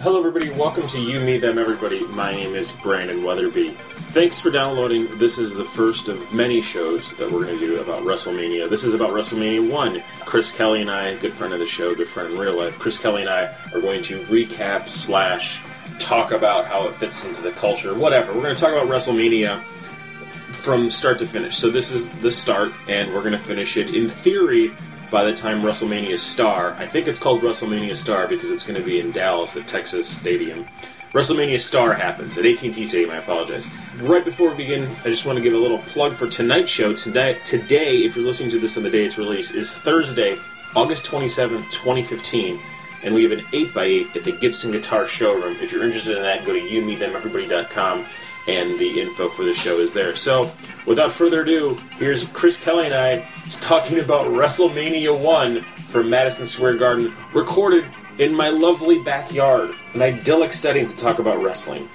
Hello, everybody. Welcome to You, Me, Them, Everybody. My name is Brandon Weatherby. Thanks for downloading. This is the first of many shows that we're going to do about WrestleMania. This is about WrestleMania 1. Chris Kelly and I, good friend of the show, good friend in real life, Chris Kelly and I are going to recap slash talk about how it fits into the culture, whatever. We're going to talk about WrestleMania from start to finish. So this is the start, and we're going to finish it in theory by the time WrestleMania Star. I think it's called WrestleMania Star because it's going to be in Dallas, the Texas Stadium. WrestleMania Star happens at AT&T Stadium. I apologize. Right before we begin, I just want to give a little plug for tonight's show. Tonight, today, if you're listening to this on the day it's released, is Thursday, August 27th, 2015 and we have an 8x8 at the Gibson Guitar Showroom. If you're interested in that, go to youmeetthemeverybody.com, and the info for the show is there. So, without further ado, here's Chris Kelly and I talking about WrestleMania 1 from Madison Square Garden, recorded in my lovely backyard, an idyllic setting to talk about wrestling.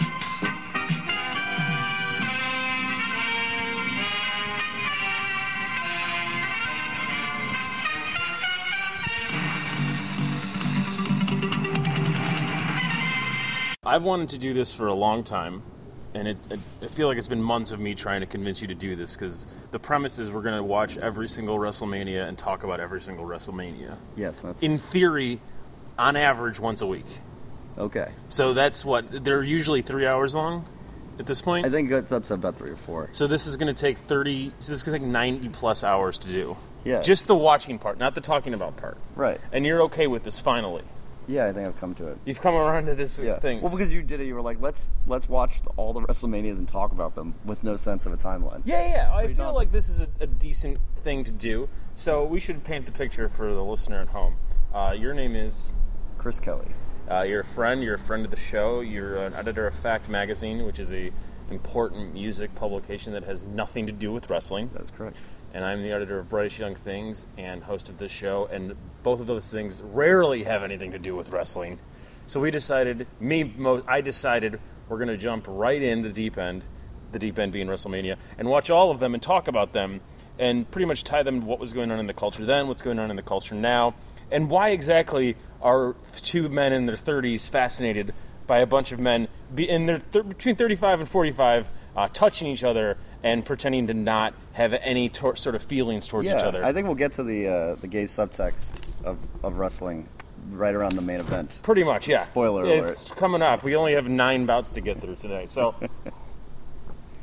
I've wanted to do this for a long time, and it, it, I feel like it's been months of me trying to convince you to do this because the premise is we're going to watch every single WrestleMania and talk about every single WrestleMania. Yes, that's In theory, on average, once a week. okay. So that's what they're usually three hours long at this point. I think it's up to about three or four. so this is going to take thirty. So this is going to take ninety plus hours to do. Yeah. Just the watching part, not the talking about part. Right. And you're okay with this finally. Yeah, I think I've come to it. You've come around to this Yeah. thing. Well, because you did it, you were like, let's let's watch all the WrestleManias and talk about them with no sense of a timeline. Yeah, yeah. I feel daunting. like this is a, a decent thing to do. So we should paint the picture for the listener at home. Uh, your name is. Chris Kelly. Uh, you're a friend. You're a friend of the show. You're an editor of Fact Magazine, which is a important music publication that has nothing to do with wrestling. That's correct. And I'm the editor of British Young Things and host of this show. And both of those things rarely have anything to do with wrestling. So we decided, me, mo- I decided we're going to jump right in the deep end, the deep end being WrestleMania, and watch all of them and talk about them and pretty much tie them to what was going on in the culture then, what's going on in the culture now, and why exactly are two men in their 30s fascinated by a bunch of men be in their th- between 35 and 45 uh, touching each other and pretending to not have any tor- sort of feelings towards Yeah, each other. I think we'll get to the uh, the gay subtext of, of wrestling right around the main event. Pretty much, yeah. Spoiler It's coming up. We only have nine bouts to get through today. So,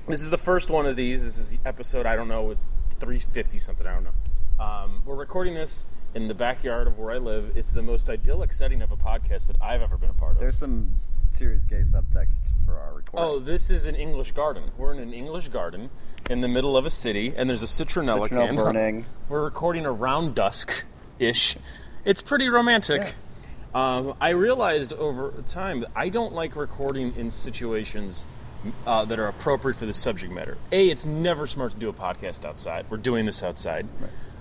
this is the first one of these. This is episode, I don't know, with 350 something. I don't know. Um, we're recording this in the backyard of where I live. It's the most idyllic setting of a podcast that I've ever been a part of. There's some serious gay subtext for our recording. Oh, this is an English garden. We're in an English garden in the middle of a city, and there's a citronella, Citronella can. burning. We're recording around dusk ish. It's pretty romantic. Um, I realized over time that I don't like recording in situations uh, that are appropriate for the subject matter. A, it's never smart to do a podcast outside. We're doing this outside.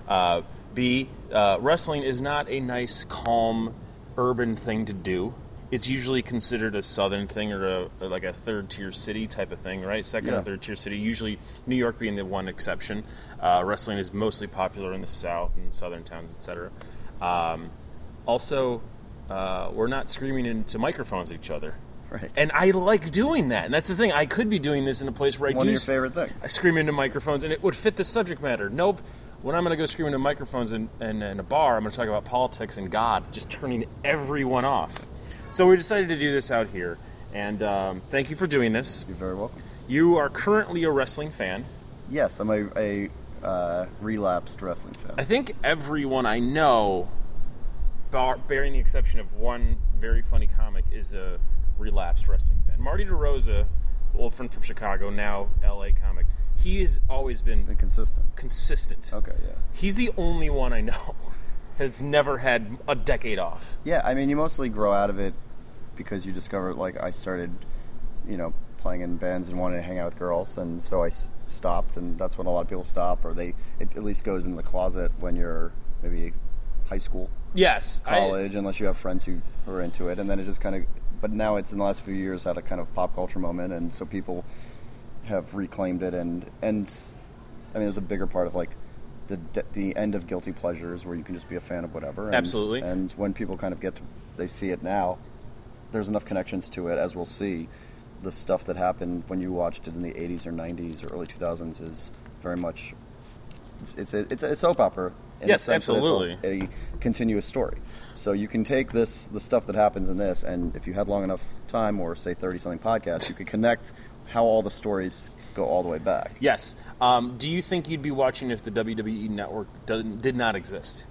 Uh, B, uh, wrestling is not a nice, calm, urban thing to do. It's usually considered a southern thing or a, or like a third tier city type of thing, right? Second or Yeah. third third tier city. Usually, New York being the one exception. Uh, wrestling is mostly popular in the South and southern towns, etc. Um, also, uh, we're not screaming into microphones at each other. Right. And I like doing that. And that's the thing. I could be doing this in a place where I One do of your s- favorite I things. scream into microphones, and it would fit the subject matter. Nope. When I'm going to go scream into microphones in, in, in a bar, I'm going to talk about politics and God, just turning everyone off. So we decided to do this out here. And um, thank you for doing this. You're very welcome. You are currently a wrestling fan. Yes, I'm a, a uh, relapsed wrestling fan. I think everyone I know, bar, bearing the exception of one very funny comic, is a relapsed wrestling fan. Marty DeRosa, old friend from Chicago, now LA comic, he has always been Inconsistent. consistent. Okay, yeah. He's the only one I know that's never had a decade off. Yeah, I mean, you mostly grow out of it because you discover, like, I started, you know, playing in bands and wanted to hang out with girls, and so I s- stopped, and that's when a lot of people stop, or they, it at least goes in the closet when you're maybe high school, Yes. I- college, unless you have friends who who are into it, and then it just kind of, but now it's in the last few years had a kind of pop culture moment, and so people have reclaimed it, and, and I mean, there's a bigger part of, like, the, de- the end of guilty pleasures where you can just be a fan of whatever and- Absolutely. and when people kind of get to they see it now there's enough connections to it, as we'll see. The stuff that happened when you watched it in the 80s or 90s or early 2000s is very much it's it's a, it's a soap opera. In Yes, the sense that it's a- absolutely. a continuous story. So you can take this the stuff that happens in this, and if you had long enough time, or say thirty something podcasts, you could connect how all the stories go all the way back. Yes. Um, do you think you'd be watching if the WWE network doesn't, did not exist?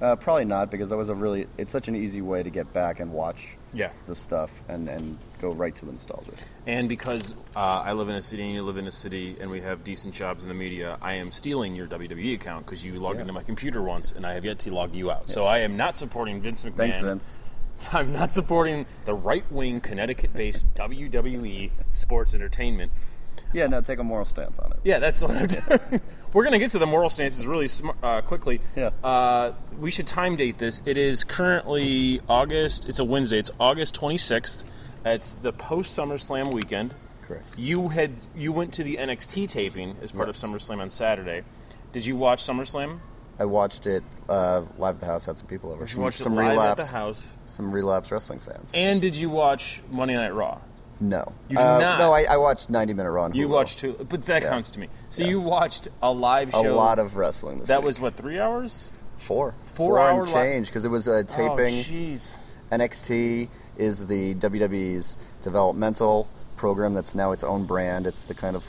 Uh, probably not because that was a really it's such an easy way to get back and watch Yeah. the stuff and and go right to the nostalgia. And because uh, I live in a city and you live in a city and we have decent jobs in the media, I am stealing your WWE account because you logged Yeah. into my computer once and I have yet to log you out. So I am not supporting Vince McMahon. Thanks, Vince. I'm not supporting the right wing Connecticut based WWE E sports entertainment. Yeah, no, take a moral stance on it. Yeah, that's what I'm doing. We're going to get to the moral stances really sm- uh, quickly. Yeah. Uh, we should time date this. It is currently August, it's a Wednesday, it's August 26th. It's the post SummerSlam weekend. Correct. You had you went to the NXT taping as part Yes. of SummerSlam on Saturday. Did you watch SummerSlam? I watched it uh, live at the house. Had some people over. You Some, watched some it live relapsed, at the house. some relapsed wrestling fans. And did you watch Monday Night Raw? No. Uh, You did not. No, I, I watched 90 Minute Raw. on You Hulu. watched two, but that Yeah. counts to me. So you watched a live a show. lot of wrestling. This that week. was what three hours. four. four hour and li- change because it was a Oh, taping. jeez. NXT is the WWE's developmental program that's now its own brand. It's the kind of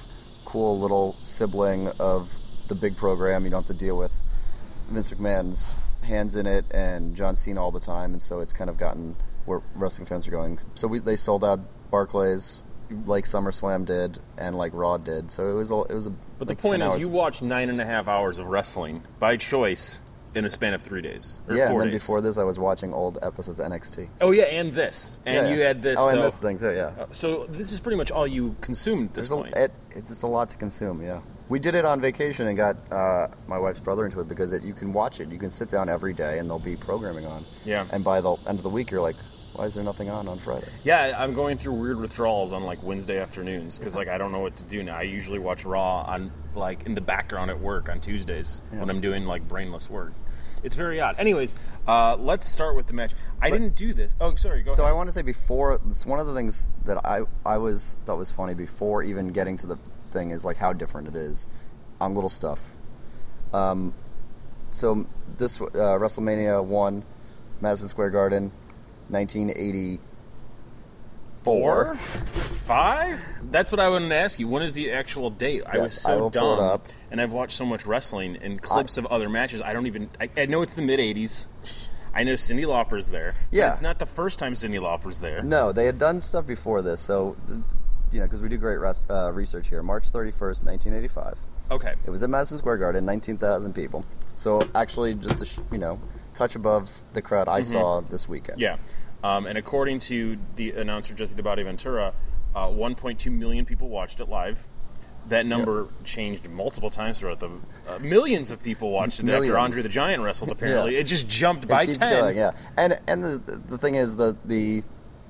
cool little sibling of the big program. You don't have to deal with Vince McMahon's hands in it and John Cena all the time, and so it's kind of gotten where wrestling fans are going. So we, they sold out Barclays like SummerSlam did and like Raw did. So it was a, it was a But like the point 10 is, hours you of- watched nine and a half hours of wrestling by choice in a span of three days or yeah, and four then days. before this, I was watching old episodes of NXT. oh yeah, and this, and Yeah, you yeah. had this. Oh, and so- this thing too. Yeah, So this is pretty much all you consumed at this There's a, point. it, it's just a lot to consume. Yeah, we did it on vacation and got uh, my wife's brother into it because it, you can watch it. You can sit down every day and there'll be programming on. Yeah. And by the end of the week, you're like, why is there nothing on on Friday? yeah, I'm going through weird withdrawals on like Wednesday afternoons because like I don't know what to do now. I usually watch Raw on like in the background at work on Tuesdays when I'm doing like brainless work. It's very odd. Anyways, uh, let's start with the match. I didn't do this. Oh, sorry. Go So I ahead. want to say before it's one of the things that I I was thought was funny before even getting to the thing is like how different it is on little stuff. Um, so this uh, WrestleMania one, Madison Square Garden, 1984. Four? Five? That's what I wanted to ask you. When is the actual date? I was Yes, so I will dumb, pull it up. and I've watched so much wrestling and clips of other matches. I don't even. I, I know it's the mid '80s. I know Cindy Lauper's there. but Yeah. it's not the first time Cindy Lauper's there. No, they had done stuff before this. So, th- you know, because we do great rest, uh, research here. March 31st, 1985. Okay. It was at Madison Square Garden, 19,000 people. So, actually, just a, sh- you know, touch above the crowd I saw this weekend. Mm-hmm. Yeah. Um, and according to the announcer Jesse the Body Ventura, uh, 1.2 million people watched it live. That number changed multiple times throughout the uh, millions of people watched it Millions. after Andre the Giant wrestled. Apparently, it just jumped It by keeps ten. going, yeah. And and the, the thing is the the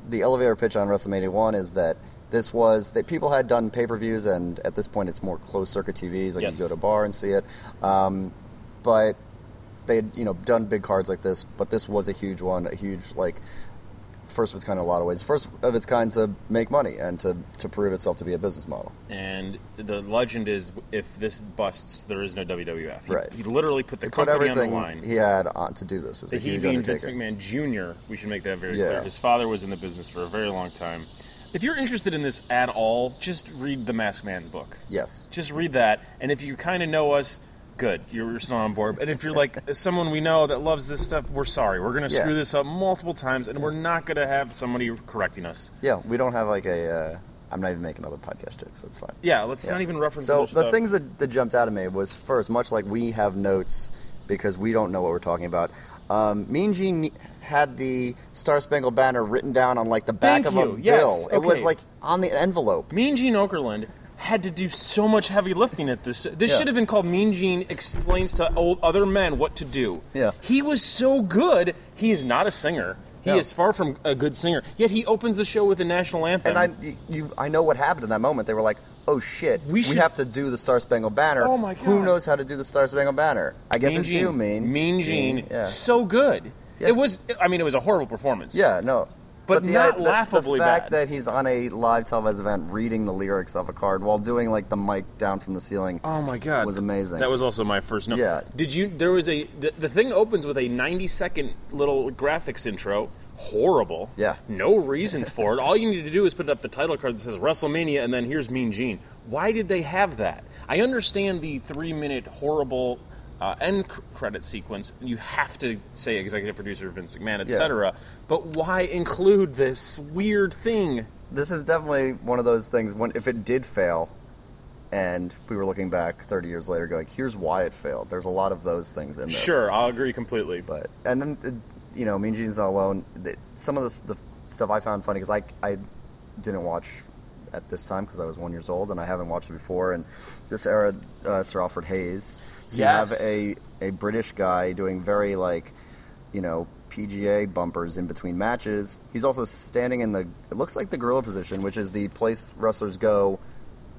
the elevator pitch on WrestleMania one is that this was that people had done pay per views and at this point it's more closed circuit TVs like Yes. you go to a bar and see it, um, but they had you know done big cards like this, but this was a huge one, a huge like first of its kind in a lot of ways, first of its kind to make money and to to prove itself to be a business model. and the legend is if this busts, there is no WWF. He, Right. He literally put the Put company on the everything line. he had on to do this It was the a he huge being Vince undertaking. McMahon Jr. We should make that very Yeah. clear. His father was in the business for a very long time. If you're interested in this at all, just read the Masked Man's book. Yes, Just read that, and if you kind of know us, good, you're still on board. And if you're like someone we know that loves this stuff, we're sorry. We're gonna Yeah. screw this up multiple times, and we're not gonna have somebody correcting us. yeah. We don't have like a. Uh, I'm not even making other podcast jokes. That's fine. Yeah, let's Yeah. not even reference. So other the stuff. things that, that jumped out at me was first, much like we have notes because we don't know what we're talking about. Um, mean Gene had the Star Spangled Banner written down on like the back Thank of a you. Yes. bill. It was Okay. like on the envelope. Mean Gene Okerlund had to do so much heavy lifting at this. This Yeah. should have been called Mean Gene explains to old other men what to do. Yeah. He was so good. He is not a singer. He No. is far from a good singer. Yet he opens the show with the national anthem. And I, you, I know what happened in that moment. They were like, "Oh shit, We should- have to do the Star Spangled Banner." Oh my Who God. knows how to do the Star Spangled Banner? I guess mean it's you, Mean. Mean Gene. Yeah. So good. Yeah. It was. I mean, it was a horrible performance. yeah. No. but, the- not the- laughably the bad. fact that he's on a live televised event reading the lyrics of a card while doing like the mic down from the ceiling. Oh my god, was amazing. That was also my first note. Yeah. Did you? There was a the, the thing opens with a 90 second little graphics intro. Horrible. Yeah. No reason for it. All you need to do is put up the title card that says WrestleMania, and then here's Mean Gene. Why did they have that? I understand the three minute horrible uh, end cr- credit sequence. You have to say executive producer Vince McMahon, Yeah. etc. But why include this weird thing? this is definitely one of those things when if it did fail and we were looking back 30 years later going here's why it failed there's a lot of those things in this Sure, I'll agree completely. But but and then uh, you know mean gene's not alone The- some of this, the stuff i found funny because I, I didn't watch at this time because i was one years old and i haven't watched it before and this era uh, sir alfred hayes so you have Yes. a, a british guy doing very like you know pga bumpers in between matches he's also standing in the it looks like the gorilla position which is the place wrestlers go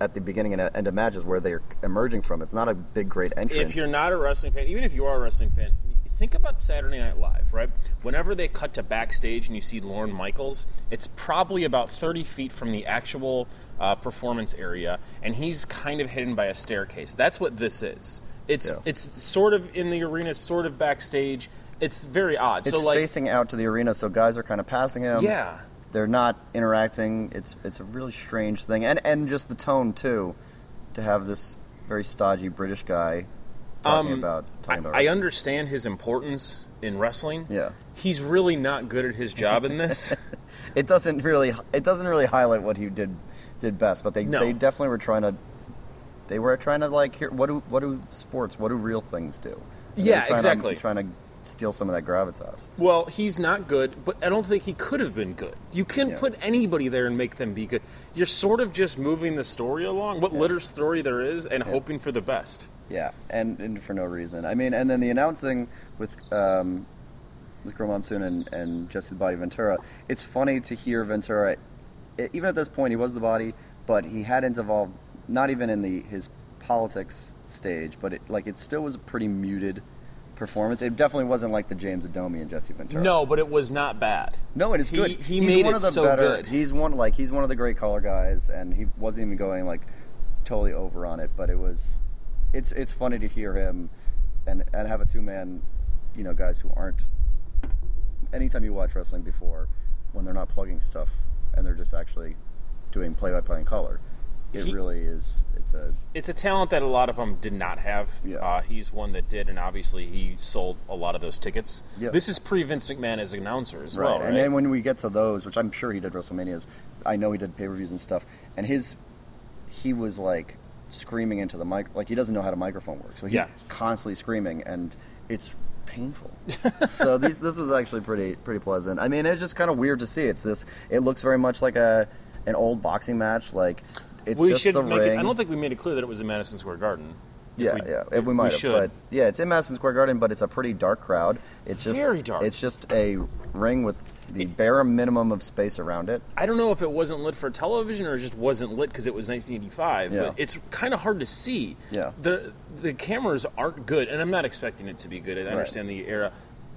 at the beginning and end of matches where they're emerging from it's not a big great entrance If you're not a wrestling fan, even if you are a wrestling fan, think about Saturday Night Live, right? Whenever they cut to backstage and you see Lorne Michaels, it's probably about 30 feet from the actual uh, performance area, and he's kind of hidden by a staircase. That's what this is. It's Yeah. it's sort of in the arena, sort of backstage. It's very odd. It's um, so like, facing out to the arena, so guys are kind of passing him. yeah, they're not interacting. It's it's a really strange thing, and and just the tone too, to have this very stodgy British guy talking Um, about I, talking about. I wrestling. understand his importance in wrestling. Yeah. he's really not good at his job in this. It doesn't really it doesn't really highlight what he did did best, but they No. they definitely were trying to. They were trying to like here what do what do sports what do real things do? And they Yeah, were trying exactly. To, trying to steal some of that gravitas. Well, he's not good, but I don't think he could have been good. You can Yeah. put anybody there and make them be good. You're sort of just moving the story along, what little story there is, and hoping for the best. Yeah, and, and for no reason. I mean, and then the announcing with um, with Girl Monsoon and, and Jesse the Body Ventura. It's funny to hear Ventura, e- even at this point, he was the body, but he hadn't evolved. Not even in the his politics stage, but it, like it still was a pretty muted performance. It definitely wasn't like the James Adomi and Jesse Ventura. No, but it was not bad. No, it is He- good. he made it so good. He's one like he's one of the great color guys, and he wasn't even going like totally over on it. But it was, it's it's funny to hear him, and and have a two man, you know, guys who aren't. Anytime you watch wrestling before, when they're not plugging stuff and they're just actually doing play by play in color, it He- really is. It's a It's a talent that a lot of them did not have. Yeah. Uh, he's one that did, and obviously he sold a lot of those tickets. Yeah. This is pre Vince McMahon as an announcer as well, right? And then when we get to those, which I'm sure he did WrestleManias, I know he did pay per views and stuff. And his, he was like screaming into the mic, like he doesn't know how the microphone works. So he's Yeah. constantly screaming, and it's painful. so these, this was actually pretty pretty pleasant. I mean, it's just kind of weird to see. It's this. It looks very much like a an old boxing match. Like it's we just should the make ring. it, I don't think we made it clear that it was in Madison Square Garden. If Yeah, we- yeah, if we might have, should. but yeah, it's in Madison Square Garden, but it's a pretty dark crowd. It's just Very dark. It's just a ring with the bare minimum of space around it. I don't know if it wasn't lit for television or it just wasn't lit because it was 1985. Yeah. But it's kind of hard to see. Yeah. The the cameras aren't good, and I'm not expecting it to be good. I understand the era,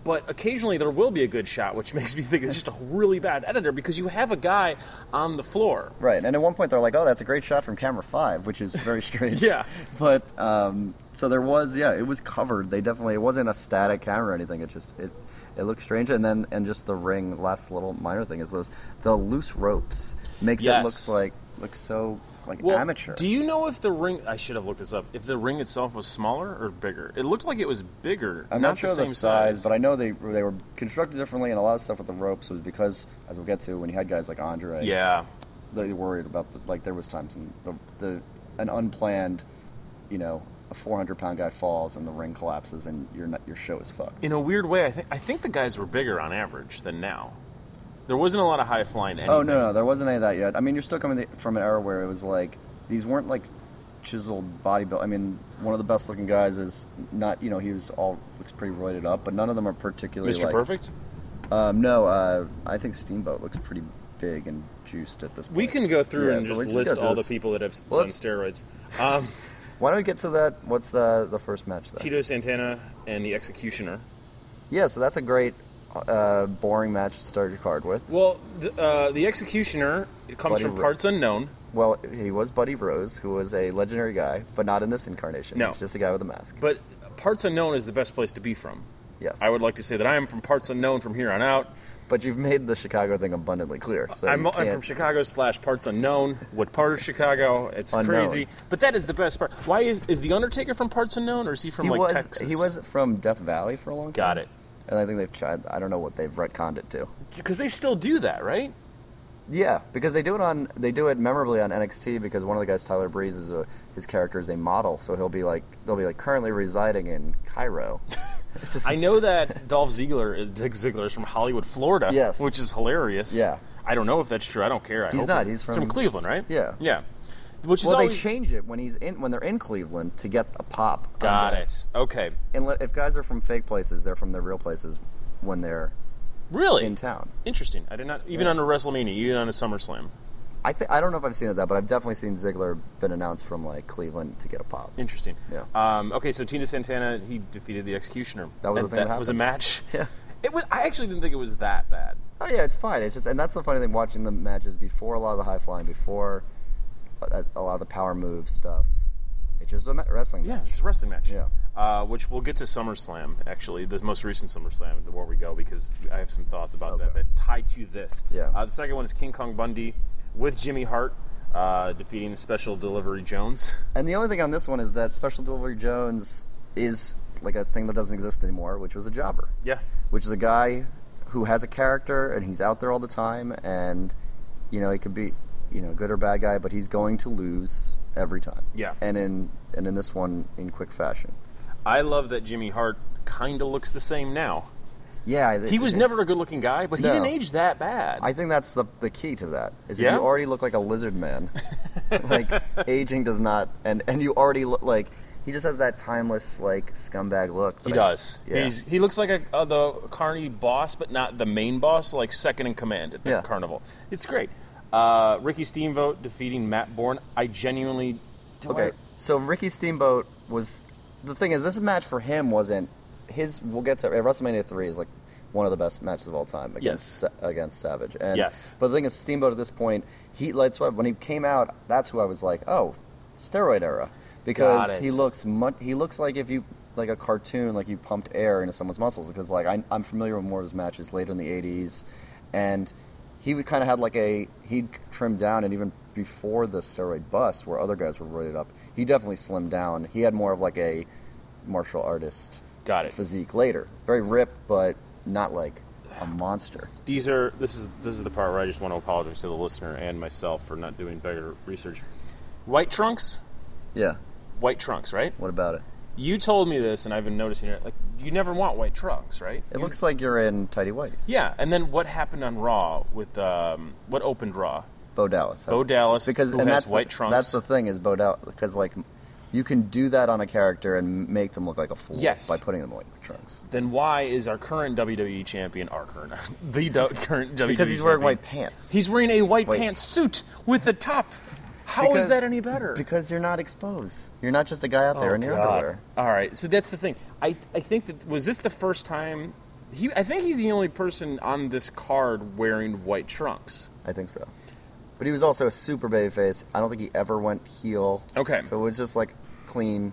but occasionally there will be a good shot, which makes me think it's just a really bad editor because you have a guy on the floor. Right, and at one point they're like, "Oh, that's a great shot from camera five, which is very strange. Yeah. but um, so there was, yeah, it was covered. They definitely, it wasn't a static camera or anything. It just it it looked strange, and then and just the ring. Last little minor thing is those the loose ropes makes Yes. it looks like looks so like amateur. Do you know if the ring? I should have looked this up. If the ring itself was smaller or bigger? It looked like it was bigger. I'm not, sure the the, same size, but I know they they were constructed differently, and a lot of stuff with the ropes was because, as we'll get to, when you had guys like Andre, yeah. they were worried about the, like there was times when the, the an unplanned, you know, a 400 pound guy falls and the ring collapses and your n- your show is fucked. in a weird way, I think I think the guys were bigger on average than now. There wasn't a lot of high flying. Oh no, no, there wasn't any of that yet. I mean, you're still coming th- from an era where it was like these weren't like chiseled bodybuild. I mean, one of the best looking guys is not you know he was all looks pretty roided up, but none of them are particularly Mr. like- Perfect. Um, no, uh, I think Steamboat looks pretty big and juiced at this point. We can go through Yeah, and so just let's list go all through the people that have Well, done let's- steroids. Um, Why don't we get to that? What's the the first match then? Tito Santana and the Executioner. Yeah, so that's a great uh, boring match to start your card with. Well, the, uh, the Executioner it comes Bloody from Ro- parts unknown. Well, he was Buddy Rose, who was a legendary guy, but not in this incarnation. No. He's just a guy with a mask. But parts unknown is the best place to be from. yes. I would like to say that I am from parts unknown from here on out. But you've made the Chicago thing abundantly clear. So I'm, you I'm from can't- Chicago slash parts unknown. What part of Chicago? It's Unknown. crazy. But that is the best part. Why is is the Undertaker from parts unknown or is he from He like was Texas? he was from Death Valley for a long time. Got it. And I think they've tried. I don't know what they've retconned it to. Because they still do that, right? Yeah, because they do it on they do it memorably on NXT because one of the guys, Tyler Breeze, is a his character is a model, so he'll be like they'll be like currently residing in Cairo. It's just- I know that Dolph Ziggler is Dick Ziggler is from Hollywood, Florida. Yes. which is hilarious. Yeah. I don't know if that's true. I don't care. I He's hope not. it- He's from from- Cleveland, right? Yeah. yeah. Which is Well, they always change it when he's in when they're in Cleveland to get a pop. on got guys. it. Okay, And let- if guys are from fake places, they're from their real places when they're really in town. Interesting. I did not even on a WrestleMania, even on a SummerSlam. I th- I don't know if I've seen it that, but I've definitely seen Ziggler been announced from like Cleveland to get a pop. Interesting. Yeah. Um, okay, so Tina Santana he defeated the Executioner. That was and the thing that was a happened. match. Yeah. It was. I actually didn't think it was that bad. Oh yeah, it's fine. It's just, and that's the funny thing. Watching the matches before a lot of the high flying, before uh, a, a lot of the power move stuff, it's just a ma- wrestling Yeah, match. it's a wrestling match. Yeah. Uh, which we'll get to SummerSlam, actually, the most recent SummerSlam, the where we go, because I have some thoughts about that Okay. that tie to this. Yeah. Uh, the second one is King Kong Bundy with Jimmy Hart uh, defeating Special Delivery Jones. And the only thing on this one is that Special Delivery Jones is like a thing that doesn't exist anymore, which was a jobber, Yeah. which is a guy who has a character and he's out there all the time, and you know he could be you know good or bad guy, but he's going to lose every time. Yeah. and in and in this one in quick fashion. I love that Jimmy Hart kind of looks the same now. Yeah, He was never a good looking guy, but he No. didn't age that bad. I think that's the the key to that. Is if Yeah? you already look like a lizard man, like aging does not, and and you already look like he just has that timeless like scumbag look. that He I does. just- yeah. He's, he looks like a, uh, the Carney boss, but not the main boss, like second in command at the Yeah. carnival. It's great. Uh, Ricky Steamboat defeating Matt Bourne. I genuinely. do okay. I- So Ricky Steamboat was the thing is this match for him wasn't his. We'll get to at WrestleMania three is like one of the best matches of all time against Yes. Sa- against Savage. And Yes. But the thing is Steamboat at this point he like so when he came out that's who I was like oh steroid era because Got it. he looks much he looks like if you like a cartoon like you pumped air into someone's muscles because like I, I'm familiar with more of his matches later in the 80s and he kind of had like a he trimmed down and even before the steroid bust where other guys were roided up he definitely slimmed down he had more of like a martial artist Got it. physique later very ripped but not like a monster These are this is this is the part where I just want to apologize to the listener and myself for not doing better research. White trunks, yeah white trunks, right? what about it You told me this, and I've been noticing it. Like you never want white trunks, right? it looks like you're in tidy whities Yeah, and then what happened on Raw with um, what opened Raw? Bo Dallas. has- Bo Dallas, because who and has that's white the, trunks. That's the thing is Bo Dallas because like you can do that on a character and make them look like a fool Yes. by putting them in white trunks then why is our current WWE champion our current the do- current WWE because he's wearing champion- white pants. He's wearing a white Wait. pants suit with the top. How is Because- that any better? Oh, Because you're not exposed. You're not just a guy out there in your God. underwear. All right, so that's the thing. I I think that was this the first time he I think he's the only person on this card wearing white trunks. I think so. But he was also a super baby face. I don't think he ever went heel. Okay. So it was just like clean.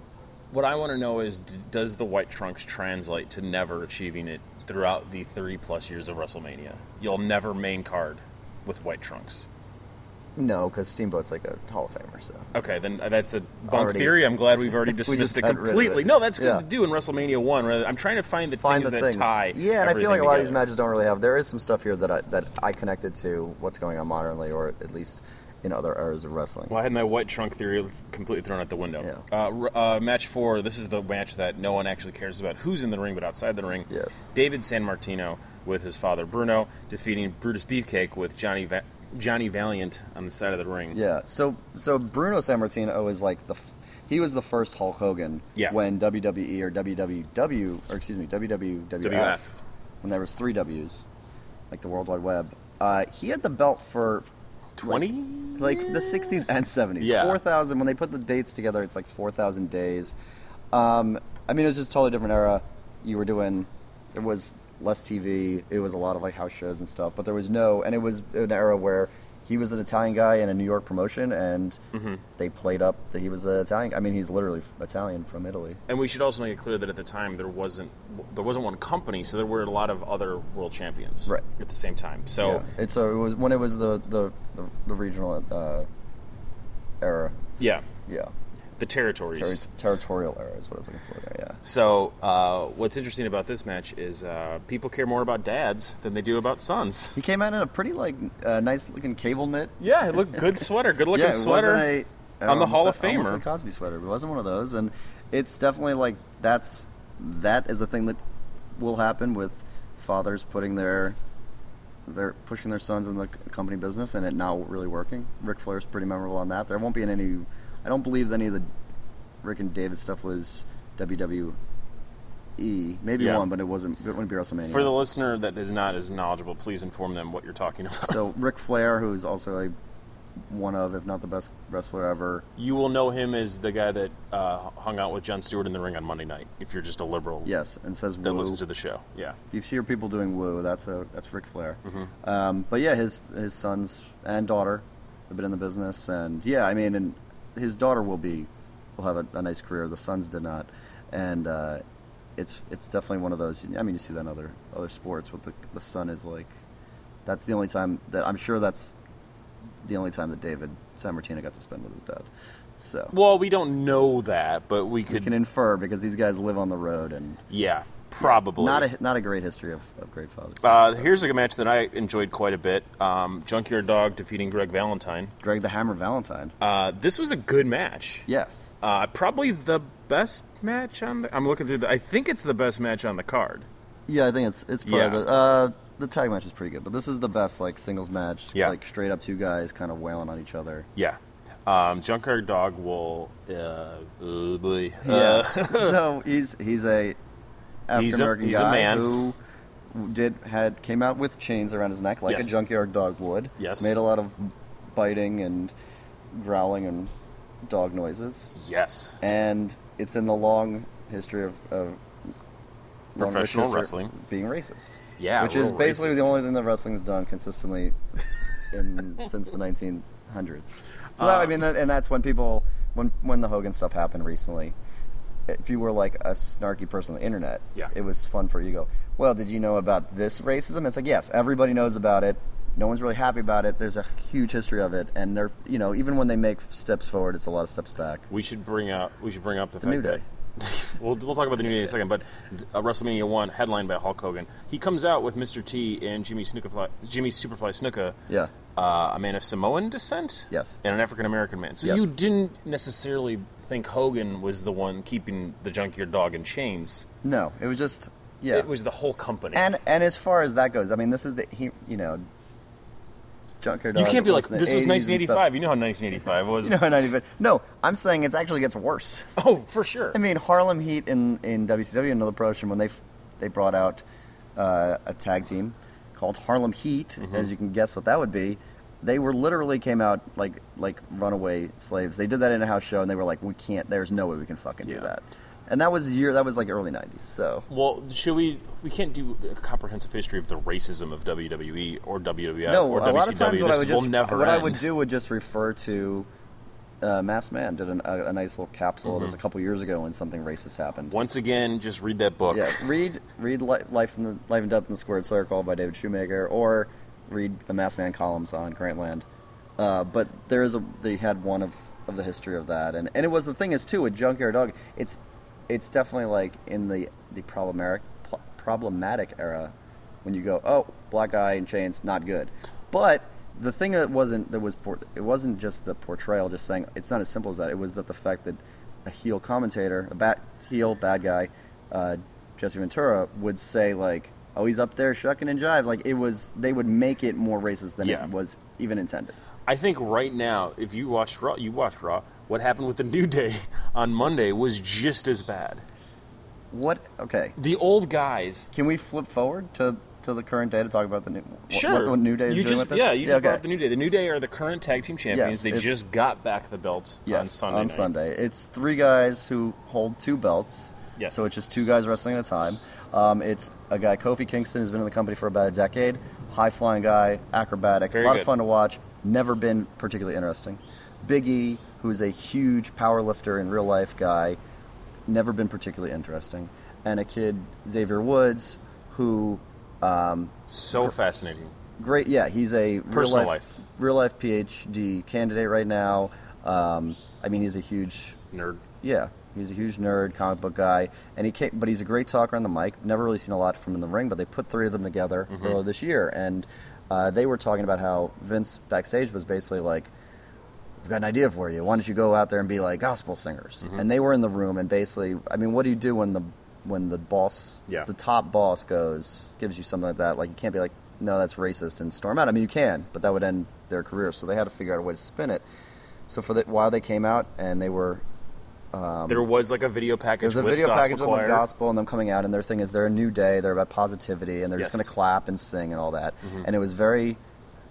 What I want to know is d- does the white trunks translate to never achieving it throughout the 30 plus years of WrestleMania? You'll never main card with white trunks. No, because Steamboat's like a Hall of Famer. So Okay, then that's a bunk Already- theory. I'm glad we've already dismissed just it got rid of it. completely. No, that's good Yeah. to do in WrestleMania one. rather- I'm trying to find the find things the that things. tie. yeah, and I feel like a everything lot of these together. matches don't really have. There is some stuff here that I that I connected to what's going on modernly, or at least in other eras of wrestling. Well, I had my white trunk theory it's completely thrown out the window. Yeah. Uh, r- uh, match four. This is the match that no one actually cares about. Who's in the ring, but outside the ring. Yes. David San Martino with his father Bruno defeating Brutus Beefcake with Johnny Va- Johnny Valiant on the side of the ring. Yeah. So so Bruno Sammartino is like the f- he was the first Hulk Hogan. Yeah. When WWE or WWW or excuse me WWWF WF. when there was three Ws, like the World Wide Web, uh, he had the belt for Twenty. like the 60s and 70s. Yeah. 4,000. When they put the dates together, it's like 4,000 days. Um, I mean, it was just a totally different era. You were doing, it was less TV. It was a lot of like house shows and stuff, but there was no, and it was an era where he was an Italian guy in a New York promotion, and Mm-hmm. they played up that he was an Italian. I mean, he's literally f- Italian from Italy. And we should also make it clear that at the time there wasn't there wasn't one company, so there were a lot of other world champions Right. at the same time. So Yeah. It's so it was when it was the the the, the regional uh, era. yeah, Yeah, the territories. Terri- territorial era is what I was looking for there. Yeah. So uh, what's interesting about this match is uh, people care more about dads than they do about sons. He came out in a pretty like uh, nice looking cable knit. Yeah, it looked good sweater, good looking yeah, it sweater. wasn't a- on the almost Hall a- of Famer. almost a Cosby sweater. It wasn't one of those, and it's definitely like that's that is a thing that will happen with fathers putting their they're pushing their sons in the c- company business and it not really working. Ric Flair's pretty memorable on that. There won't be in any. I don't believe any of the Rick and David stuff was WWE. Maybe Yeah. one, but it wasn't. It wouldn't be WrestleMania. For the listener that is not as knowledgeable, please inform them what you're talking about. so Ric Flair, who's also a one of, if not the best wrestler ever, You will know him as the guy that uh, hung out with John Stewart in the ring on Monday night. If you're just a liberal yes, and says that woo. listens to the show, yeah. If you hear people doing woo, that's a that's Ric Flair. Um, but yeah, his his sons and daughter have been in the business, and yeah, I mean, and his daughter will be will have a, a nice career. The sons did not, and uh, it's it's definitely one of those. I mean, you see that in other other sports, with the the son is like that's the only time that I'm sure that's the only time that David Sammartino got to spend with his dad. So Well, we don't know that, but we you could. can infer because these guys live on the road and yeah, probably. not a not a great history of, of great fathers. uh, here's a match that I enjoyed quite a bit: um, Junkyard Dog defeating Greg Valentine. Greg the Hammer Valentine. Uh, this was a good match. Yes. Uh, probably the best match on. the... I'm looking through. The, I think it's the best match on the card. Yeah, I think it's it's probably Yeah. the uh, the tag match is pretty good, but this is the best like singles match. Yeah. Like straight up two guys kind of wailing on each other. Yeah. Um, Junkyard Dog will. Uh, uh, boy. Yeah. Uh, so he's he's He's a a- African American he's a guy man. who did had came out with chains around his neck like Yes. a junkyard dog would. Yes. Made a lot of biting and growling and dog noises. yes. and it's in the long history of, of long Professional history of wrestling. being racist. Yeah, which real is basically the racist. only thing that wrestling's done consistently in since the 1900s. So that, I Um, mean, that, and that's when people when when the Hogan stuff happened recently. If you were like a snarky person on the internet, Yeah. it was fun for you to go. Well, did you know about this racism? It's like yes, everybody knows about it. No one's really happy about it. There's a huge history of it, and they're you know even when they make steps forward, it's a lot of steps back. We should bring up. We should bring up the, The fact New that- Day. we'll, we'll talk about the new day in a second, but uh, WrestleMania one headlined by Hulk Hogan. He comes out with Mr. T and Jimmy Snuka, Jimmy Superfly Snuka, Yeah. uh, a man of Samoan descent, Yes. and an African American man. So Yes. you didn't necessarily think Hogan was the one keeping the Junkyard Dog in chains. No, it was just yeah. It was the whole company. and and as far as that goes, I mean, this is the he you know, Junkyard. you Dog can't be like in the this was 80s and stuff." 1985. You know how 1985 was. No, not even. No, I'm saying it actually gets worse. oh, for sure. I mean, Harlem Heat in in WCW another promotion when they f- they brought out uh, a tag team called Harlem Heat, Mm-hmm. as you can guess what that would be. They were literally came out like like runaway slaves. They did that in a house show, and they were like, "We can't. There's no way we can fucking Yeah. do that." And that was year. That was like early '90s. So well, should we? We can't do a comprehensive history of the racism of WWE or WWF no, or a WCW. lot of times what this I would will just never what I end. would do would just refer to uh, Mass Man did an, a, a nice little capsule of this a Mm-hmm. couple years ago when something racist happened. Once again, just read that book. Yeah, read read Li- Life in the Life and Death in the Squared Circle by David Shoemaker, or read the Mass Man columns on Grantland. Uh, but there is a they had one of, of the history of that, and, and it was the thing is too with Junkyard Dog, it's it's definitely like in the the problematic pl- problematic era when you go oh black guy in chains not good, but the thing that wasn't that was por- it wasn't just the portrayal just saying it's not as simple as that it was that the fact that a heel commentator a bat heel bad guy uh, Jesse Ventura would say like, "Oh, he's up there shucking and jive." Like it was, they would make it more racist than Yeah. it was even intended. I think right now, if you watched Raw, you watched Raw. What happened with the New Day on Monday was just as bad. What? Okay, The old guys. can we flip forward to to the current day to talk about the new? wh- Sure. What the new day is you doing just, with this? Yeah, you just okay. brought up the New Day. The New Day are the current tag team champions. Yes, they it's- just got back the belts Yes, on Sunday. On night. Sunday, it's three guys who hold two belts. Yes. So it's just two guys wrestling at a time. Um, it's a guy, Kofi Kingston, has been in the company for about a decade. High flying guy, acrobatic, Very a lot good. of fun to watch. Never been particularly interesting. Big E, who is a huge power lifter and real life guy, never been particularly interesting. And a kid, Xavier Woods, who um, So fascinating. great. Yeah, he's a Personal real life. real life PhD candidate right now. Um, I mean, he's a huge Nerd. yeah, he's a huge nerd, comic book guy, and he came, but he's a great talker on the mic. Never really seen a lot from him in the ring, but they put three of them together earlier this year, and uh, they were talking about how Vince backstage was basically like, "I've got an idea for you. Why don't you go out there and be like gospel singers?" And they were in the room, and basically, I mean, what do you do when the when the boss, Yeah. the top boss, goes gives you something like that? Like you can't be like, "No, that's racist," and storm out. I mean, you can, but that would end their career. So they had to figure out a way to spin it. So for that, while they came out and they were there was like a video package. Um, there's a with video gospel package of choir. the gospel and them coming out, and their thing is they're a new day. They're about positivity, and they're just Yes. Mm-hmm. going to clap and sing and all that. And it was very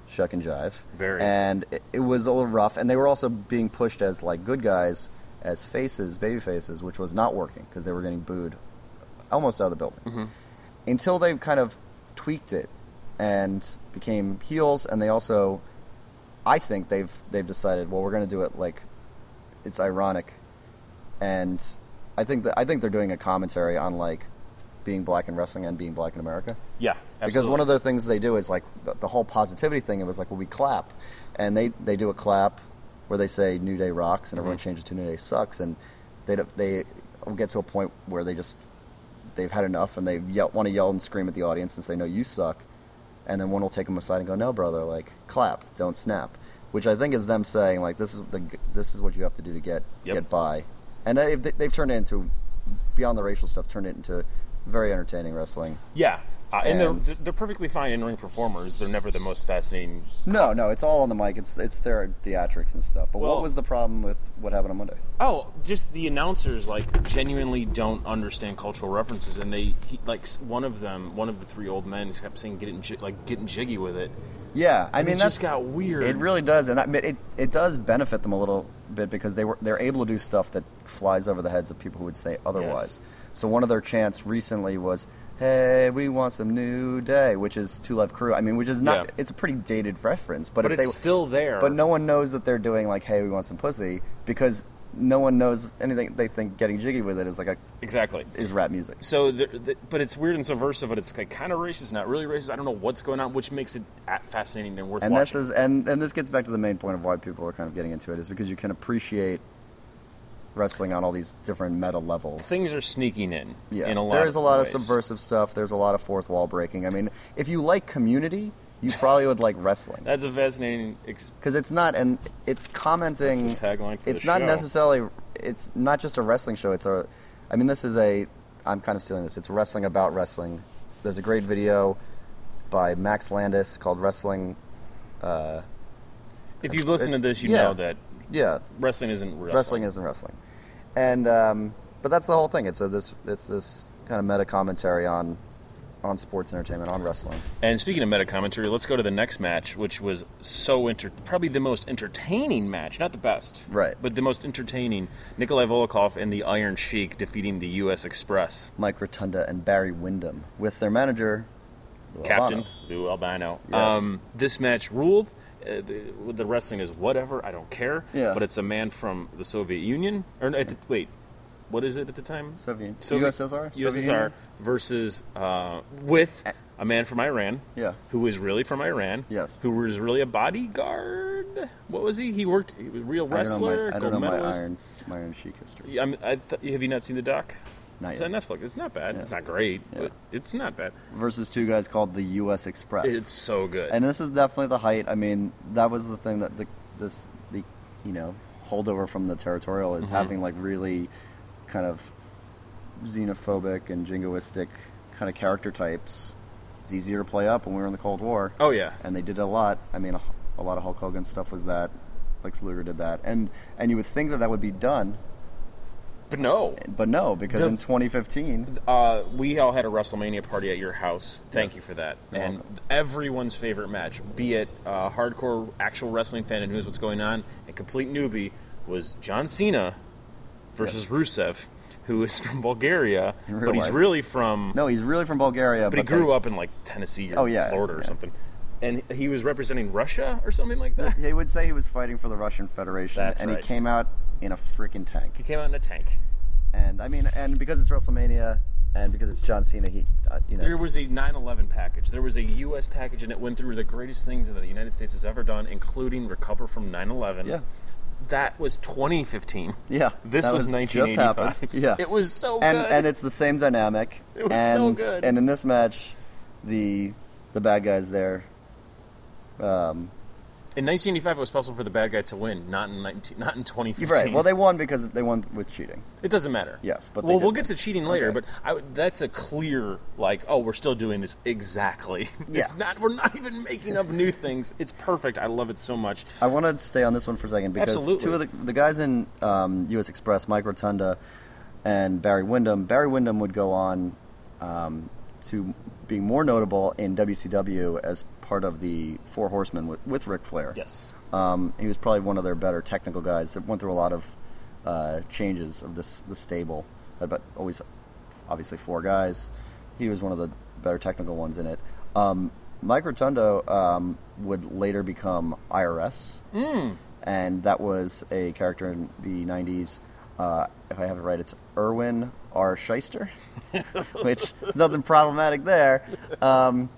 shuck and jive. Very. And it, it was a little rough. And they were also being pushed as like good guys, as faces, baby faces, which was not working because they were getting booed almost out of the building. Mm-hmm. Until they kind of tweaked it and became heels, and they also, I think they've they've decided, well, we're going to do it like it's ironic and I think that I think they're doing a commentary on like being black in wrestling and being black in America. Yeah, Because absolutely. one of the things they do is like the, the whole positivity thing. It was like, well, we clap, and they they do a clap where they say "New Day rocks" and everyone Mm-hmm. changes to "New Day sucks," and they don't- they get to a point where they just they've had enough and they yell, want to yell and scream at the audience and say, "No, you suck," and then one will take them aside and go, "No, brother, like clap, don't snap," which I think is them saying like this is the g- this is what you have to do to get Yep. get by, and they, they've turned it into beyond the racial stuff, turned it into very entertaining wrestling. yeah, uh, and, And- they're they're perfectly fine in ring performers. They're never the most fascinating. No, no, it's all on the mic. It's it's their theatrics and stuff. But Well- what was the problem with what happened on Monday? Oh, just the announcers like genuinely don't understand cultural references, and they he, like s- one of them, one of the three old men, kept saying getting ji- like getting jiggy with it. Yeah, I And mean it that's just got weird. it really does, and I mean, it it does benefit them a little bit because they were they're able to do stuff that flies over the heads of people who would say otherwise. So one of their chants recently was, "Hey, we want some new day," which is Two Live Crew. I mean, which is not Yeah. it's a pretty dated reference, but, but if it's they still there. But no one knows that they're doing like, "Hey, we want some pussy," because no one knows anything. They think getting jiggy with it is like a exactly. is rap music. So, the, the, but it's weird and subversive, but it's like kind of racist, not really racist. I don't know what's going on, which makes it a- fascinating and worth and watching. this is and, and this gets back to the main point of why people are kind of getting into it is because you can appreciate wrestling on all these different meta levels Things are sneaking in. yeah in a lot there's a lot ways. of subversive stuff there's a lot of fourth wall breaking i mean if you like community you probably would like wrestling That's a fascinating. Ex- because it's not and it's commenting That's the tagline for it's the not show. necessarily it's not just a wrestling show it's a i mean this is a i'm kind of stealing this it's wrestling about wrestling there's a great video by max landis called wrestling if you've listened to it's- this, you yeah. know that yeah wrestling isn't wrestling. wrestling isn't wrestling, and um, but that's the whole thing. It's a, this it's this kind of meta commentary on on sports entertainment on wrestling. And speaking of meta commentary, let's go to the next match, which was so enter- probably the most entertaining match, not the best, Right. But the most entertaining. Nikolai Volokov and the Iron Sheik defeating the U.S. Express Mike Rotunda and Barry Windham with their manager Lou captain Albano. Lou Albano. Yes. Um, this match ruled. Uh, the, the wrestling is whatever. I don't care. Yeah. But it's a man from the Soviet Union, or no, at the, wait, what is it at the time? Soviet- Soviet- USSR? Soviet USSR Union? versus uh, with a man from Iran. Yeah. Who is really from Iran? Yes. Who was really a bodyguard? What was he? He worked. He was a real I don't know wrestler, my, I gold don't know my medalist. Iron my Iron Sheik history. Yeah, I'm, I th- have you not seen the doc? Not it's yet. on Netflix. It's not bad. It's not great, but it's not bad. Versus two guys called the U.S. Express. It's so good. and this is definitely the height. I mean, that was the thing that the this the you know holdover from the territorial Mm-hmm. is having like really kind of xenophobic and jingoistic kind of character types. It's easier to play up when we were in the Cold War. oh yeah. and they did a lot. I mean, a, a lot of Hulk Hogan stuff was that. Lex Luger did that, and and you would think that that would be done, But no, but no, because The- in 2015, uh, we all had a WrestleMania party at your house. Thank you for that. You're and welcome. everyone's favorite match, be it uh, hardcore actual wrestling fan and who knows what's going on, and complete newbie, was John Cena versus Rusev. who is from Bulgaria, In but real he's life. really from. No, he's really from Bulgaria, but, but he grew up in like Tennessee or Oh, yeah, Florida or yeah. something, and he was representing Russia or something like that. They would say he was fighting for the Russian Federation, That's and right. he came out in a freaking tank. He came out in a tank. And I mean, and because it's WrestleMania, and because it's John Cena, he, uh, you know, There was a 9/11 package. There was a U.S. package, and it went through the greatest things that the United States has ever done, including recover from 9/11. Yeah. that was 2015. yeah, This that was, just 1985. happened. Yeah, it was so and good. and it's the same dynamic. It was so and, good. And in this match, the the bad guys there. Um, in 1985, it was possible for the bad guy to win, not in 19, not in 2015. you're right. Well, they won because they won with cheating. It doesn't matter. Yes, but they well, we'll did get to win. cheating later. Okay. But I, would- that's a clear, like, oh, we're still doing this exactly. Yeah. It's not. We're not even making up new things. It's perfect. I love it so much. I want to stay on this one for a second because Absolutely. two of the, the guys in um, U.S. Express, Mike Rotunda and Barry Windham. Barry Windham would go on um, to being more notable in WCW as part of the Four Horsemen with, with Ric Flair. Yes. Um, he was probably one of their better technical guys that went through a lot of uh, changes of this the stable, uh, but always obviously four guys. He was one of the better technical ones in it. Um, Mike Rotundo um, would later become IRS, Hmm. and that was a character in the '90s. Uh, if I have it right, it's Irwin R. Shyster, which is nothing problematic there. Um,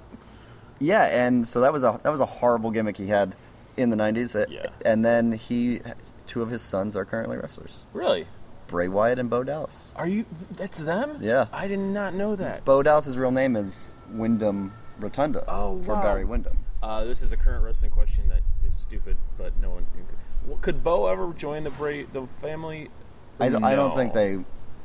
yeah, and so that was a that was a horrible gimmick he had in the '90s. Uh, Yeah. And then he, two of his sons are currently wrestlers, Really? Bray Wyatt and Bo Dallas. Are you? That's them? Yeah. I did not know that. Bo Dallas's real name is Wyndham Rotunda Oh, for wow. Barry Wyndham. Uh, this is a current wrestling question that is stupid, but no one. Well, Could Bo ever join the Bray the family? I, I don't No. think they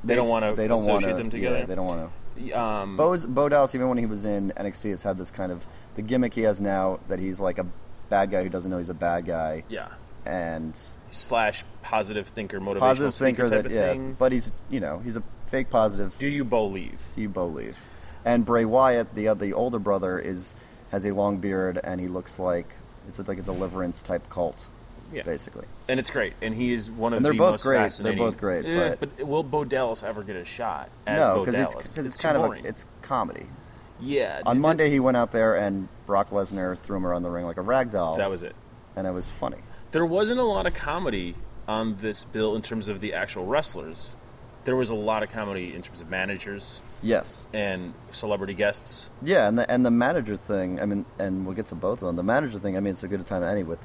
they, don't wanna they don't associate wanna- them together? Yeah, they don't want to. Um, Bo's, Bo Dallas, even when he was in NXT, has had this kind of the gimmick he has now that he's like a bad guy who doesn't know he's a bad guy, yeah. and Slash positive thinker, motivational positive speaker thinker type that of yeah, thing. but he's you know he's a fake positive. Do you believe? Do you believe? And Bray Wyatt, the other, the older brother, is has a long beard and he looks like it's like a deliverance type cult, Yeah. basically. and it's great. And he is one of And they're the both most great. They're fascinating- both great, Yeah, but- will Bo Dallas ever get a shot? As no, Bo because Dallas? it's because it's, kind too of boring. a, it's comedy. yeah. On just- Monday, he went out there and Brock Lesnar threw him around the ring like a rag doll. that was it. and it was funny. There wasn't a lot of comedy on this bill in terms of the actual wrestlers. There was a lot of comedy in terms of managers Yes. and celebrity guests. Yeah, and the and the manager thing. I mean, and we'll get to both of them. The manager thing. I mean, it's a good time any with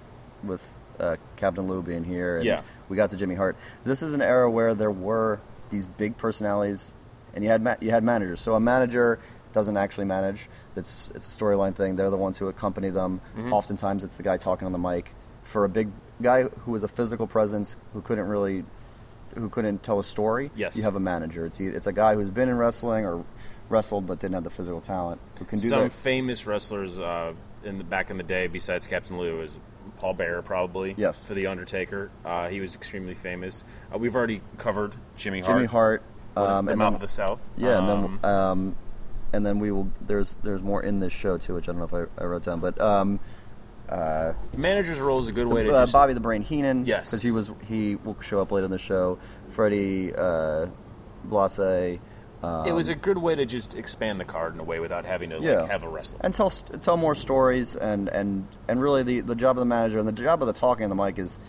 with uh, Captain Lou being here, and Yeah. we got to Jimmy Hart. This is an era where there were these big personalities, and you had ma- you had managers. So a manager doesn't actually manage. It's it's a storyline thing. They're the ones who accompany them. Oftentimes, it's the guy talking on the mic. For a big guy who was a physical presence who couldn't really who couldn't tell a story, Yes. you have a manager. It's e- it's a guy who's been in wrestling or wrestled but didn't have the physical talent who can do Some that. famous wrestlers uh, in the back in the day, besides Captain Lou, is Paul Bearer probably. Yes. For the Undertaker, uh, he was extremely famous. Uh, we've already covered Jimmy Hart. uh, Jimmy Hart, um, the and Mouth then, of the South. yeah, Um, and then um, and then we will. There's there's more in this show too, which I don't know if I, I wrote down, but um, manager's role is a good way to uh, just, Bobby the Brain Heenan, Yes. because he was he will show up later in the show. Freddie uh, Blase. Um, it was a good way to just expand the card in a way without having to like, Yeah. have a wrestler. and tell st- tell more stories and and and really the the job of the manager and the job of the talking on the mic is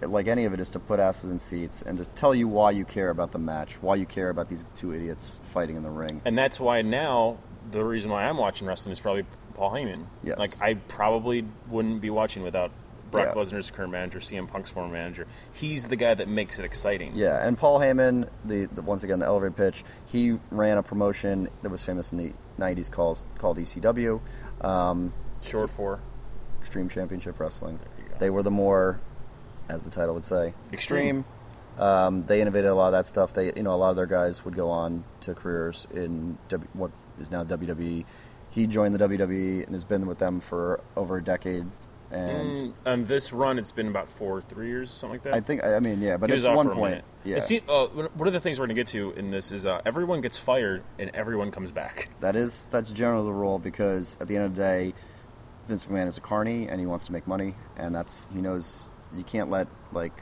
like any of it is to put asses in seats and to tell you why you care about the match why you care about these two idiots fighting in the ring and that's why now the reason why I'm watching wrestling is probably Paul Heyman. Yes. Like I probably wouldn't be watching without Brock Yeah. Lesnar's current manager, CM Punk's former manager. He's the guy that makes it exciting. yeah and paul heyman the, the once again the elevator pitch he ran a promotion that was famous in the 90s called called ecw um, Short for extreme championship wrestling you go. they were the more as the title would say Extreme. Um, they innovated a lot of that stuff. They, you know, a lot of their guys would go on to careers in w, what is now WWE. He joined the WWE and has been with them for over a decade. And Mm, on this run, it's been about four, three years, something like that. I think, I I mean, yeah, but he it's was off one for a point. minute. Yeah, It seems, uh, one of the things we're going to get to in this is uh, everyone gets fired and everyone comes back. that is that's generally the rule because at the end of the day, Vince McMahon is a carny and he wants to make money, and that's he knows you can't let like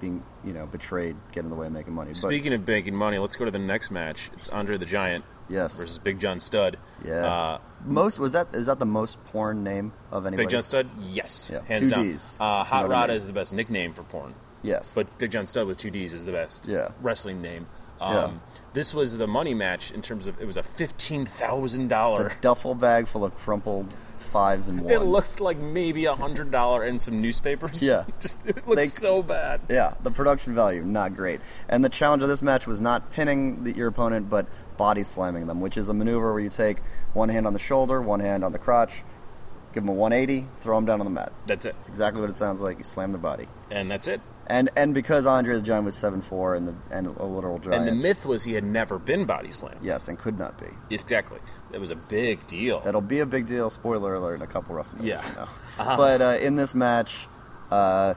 being you know betrayed get in the way of making money. But Speaking of making money, let's go to the next match. It's Andre the Giant yes, versus Big John Studd. yeah. Uh, most was that is that the most porn name of anybody? Big John Studd, yes, Yeah, hands two down. Ds, Uh, if you know Hot what I Rod mean. is the best nickname for porn, Yes, but Big John Studd with two Ds is the best Yeah. wrestling name. Um, Yeah. This was the money match in terms of it was a fifteen thousand it's dollar. a duffel bag full of crumpled fives and ones. It looked like maybe a hundred dollar and some newspapers. Yeah. just it looked They- so bad. Yeah, the production value not great. And the challenge of this match was not pinning the, your opponent, but body slamming them, which is a maneuver where you take one hand on the shoulder, one hand on the crotch, give them a 180, throw them down on the mat. That's it, It's exactly what it sounds like. You slam the body. and that's it. And and because Andre the Giant was seven four and the and a literal And giant. the myth was he had never been body slammed. Yes, and could not be. Exactly. It was a big deal. That'll be a big deal. Spoiler alert! In a couple wrestling. Yeah. Uh-huh. You know. But uh, in this match, uh,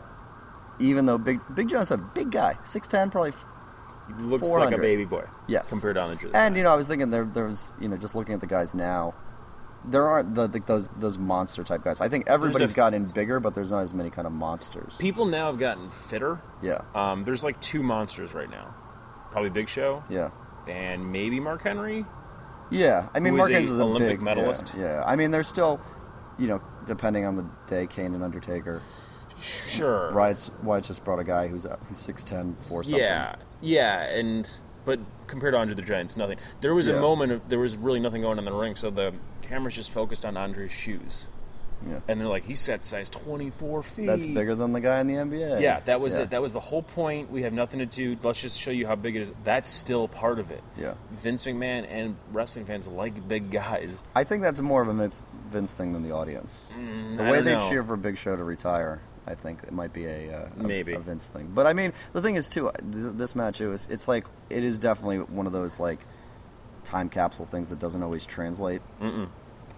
even though Big Big John's a big guy, six ten, probably He looks like a 400. baby boy. Yes. Compared to Andre. the And you Giant. know, I was thinking there, there was you know, just looking at the guys now, there aren't the, the those those monster type guys. I think everybody's f- gotten bigger, but there's not as many kind of monsters. people now have gotten fitter. yeah, Um, there's like two monsters right now. Probably Big Show yeah, and maybe Mark Henry. yeah. I mean, Who is Marquez a is a Olympic big- yeah, medalist? Yeah, I mean, they're still, you know, depending on the day, Kane and Undertaker. Sure. Wyatt's, Wyatt's just brought a guy who's uh, who's six ten for something. Yeah. Yeah, and but compared to Andre the Giant's nothing. There was a Yeah. moment of there was really nothing going on in the ring, so the camera's just focused on Andre's shoes. Yeah. And they're like, he's at size twenty four feet. that's bigger than the guy in the NBA. Hmm. Yeah, that was Yeah. it. That was the whole point. We have nothing to do. Let's just show you how big it is. That's still part of it. Yeah. Vince McMahon and wrestling fans like big guys. I think that's more of a Vince, Vince thing than the audience. the Hmm, I way don't they know. cheer for Big Show to retire, I think it might be a, uh, a Maybe. a Vince thing. But I mean, the thing is too, I- th- this match it was it's like it is definitely one of those like time capsule things that doesn't always translate. Hmm.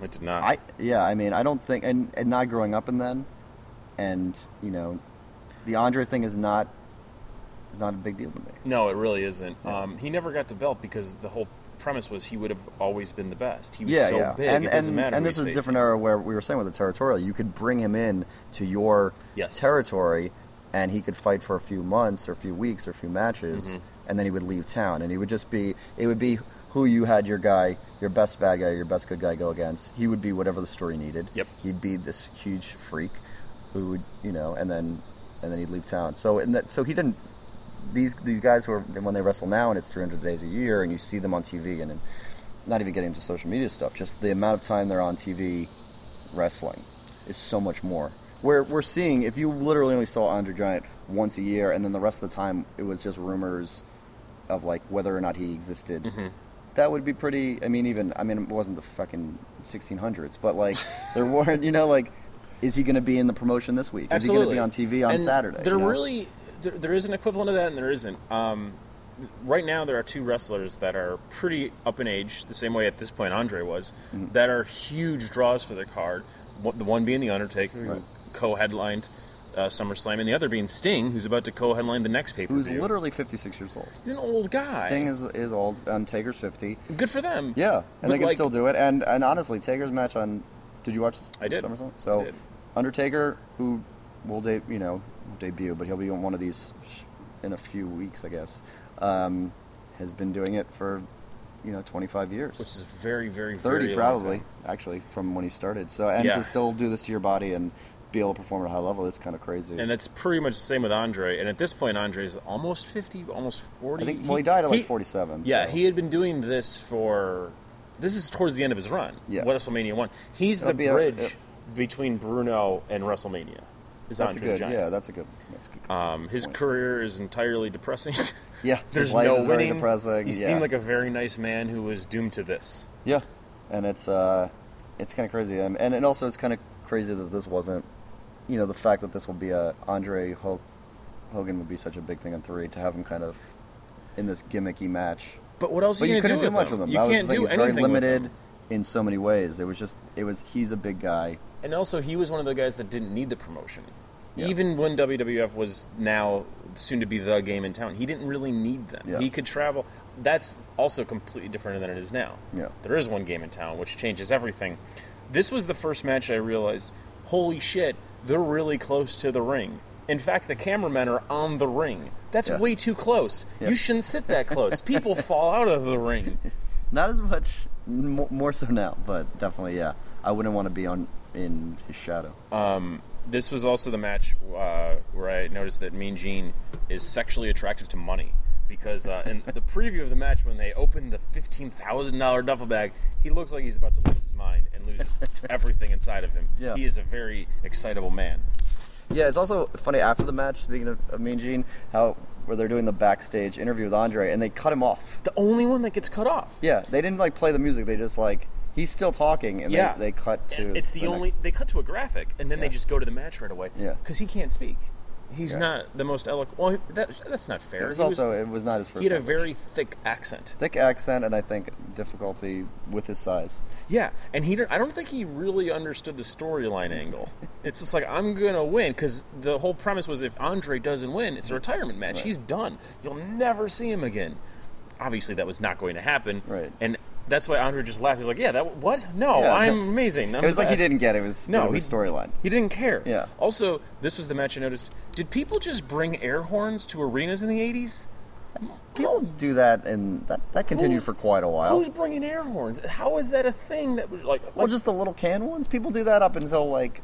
It did not. I yeah, I mean, I don't think and and not growing up in then, and you know, the Andre thing is not is not a big deal to me. No, it really isn't. Um, he never got the belt because the whole premise was he would have always been the best. He was yeah, so yeah, big, and it doesn't and, matter. and who this he's is a facing. different era where we were saying with the territorial, you could bring him in to your Yes. territory, and he could fight for a few months or a few weeks or a few matches, Mm-hmm. and then he would leave town, and he would just be it would be who you had your guy, your best bad guy, your best good guy go against. He would be whatever the story needed. Yep. He'd be this huge freak who would you know, and then and then he'd leave town. So and that so he didn't these these guys who are when they wrestle now and it's 300 days a year and you see them on TV and, and not even getting into social media stuff, just the amount of time they're on TV wrestling is so much more. We're we're seeing if you literally only saw Andre Giant once a year and then the rest of the time it was just rumors of like whether or not he existed. Mm-hmm. That would be pretty. I mean, even I mean, it wasn't the fucking 1600s, but like there weren't. You know, like is he going to be in the promotion this week? Absolutely. Is he going to be on TV on And Saturday? There you know? really there, there is an equivalent of that, and there isn't. Um, right now, there are two wrestlers that are pretty up in age, the same way at this point Andre was, Mm-hmm. that are huge draws for the card. One- The one being the Undertaker, Right. who co-headlined uh, SummerSlam, and the other being Sting, who's about to co-headline the next pay-per-view. who's literally 56 years old. He's an old guy. Sting is is old. Um, Taker's 50. good for them. Yeah, and But, they can like- still do it. And and honestly, Taker's match on. Did you watch? This, I did. SummerSlam? I So, did. Undertaker, who will de- you know debut, but he'll be on one of these sh- in a few weeks, I guess. Um, has been doing it for you know 25 years, which is very, very, 30 very long probably time. actually from when he started. So and Yeah. to still do this to your body and be able to perform at a high level, it's kind of crazy. And that's pretty much the same with Andre. And at this point, Andre's almost fifty, almost forty. I think well, he died at like 47. Yeah, so. he had been doing this for. This is towards the end of his run. Yeah. WrestleMania one. He's That'll the be a- bridge yeah. between Bruno and WrestleMania. Is That's a Andre the good. Giant. Yeah, that's a good. That's a good. Um, his point. career is entirely depressing. Yeah, his There's life no is very winning. depressing, He yeah. seemed like a very nice man who was doomed to this. Yeah, and it's uh, it's kind of crazy, um, and and also it's kind of crazy that this wasn't, you know, the fact that this will be a Andre Ho- Hogan would be such a big thing on three to have him kind of in this gimmicky match. But what else But are you, you, gonna couldn't with do, him? much with him. You that was can't the thing. do He's anything. very with him. limited in so many ways. It was just it was he's a big guy. And also, he was one of the guys that didn't need the promotion. Yeah. Even when WWF was now soon to be the game in town, he didn't really need them. Yeah. He could travel. That's also completely different than it is now. Yeah. There is one game in town, which changes everything. This was the first match I realized holy shit, they're really close to the ring. In fact, the cameramen are on the ring. That's Yeah. way too close. Yeah. You shouldn't sit that close. People fall out of the ring. Not as much, m- more so now, but definitely, yeah. I wouldn't want to be on in his shadow. This was also the match uh, where I noticed that Mean Gene is sexually attracted to money because uh, in the preview of the match when they opened the fifteen thousand dollar duffel bag, he looks like he's about to lose his mind and lose everything inside of him. Yeah. He is a very excitable man. Yeah, it's also funny after the match. Speaking of, of Mean Gene, how where they're doing the backstage interview with Andre, and they cut him off. The only one that gets cut off. Yeah, they didn't like play the music. They just like he's still talking, and Yeah. they, they cut to. And it's the, only next- they cut to a graphic and then they Yeah. just go to the match right away. Yeah. because he can't speak. He's Yeah. not the most eloquent. Well, he- that, that's not fair. It was He was- also it was not his first. he had a language. very thick accent. thick accent, and I think difficulty with his size. Yeah, and he didn't- I don't think he really understood the storyline angle. It's just like I'm gonna win because the whole premise was if Andre doesn't win, it's a retirement match. He's done. You'll never see him again. Obviously, that was not going to happen. Right. and. That's why Andre just laughed. He's like, "Yeah, that what? No, Yeah, I'm no. amazing." I'm It was the like he best." didn't get it. It was No, it was he- storyline. He didn't care. Yeah. Also, this was the match I noticed. Did people just bring air horns to arenas in the 80s? People do that, and that that continued Who's- for quite a while. Who's bringing air horns? How is that a thing that was like, well, like just the little can ones. People do that up until like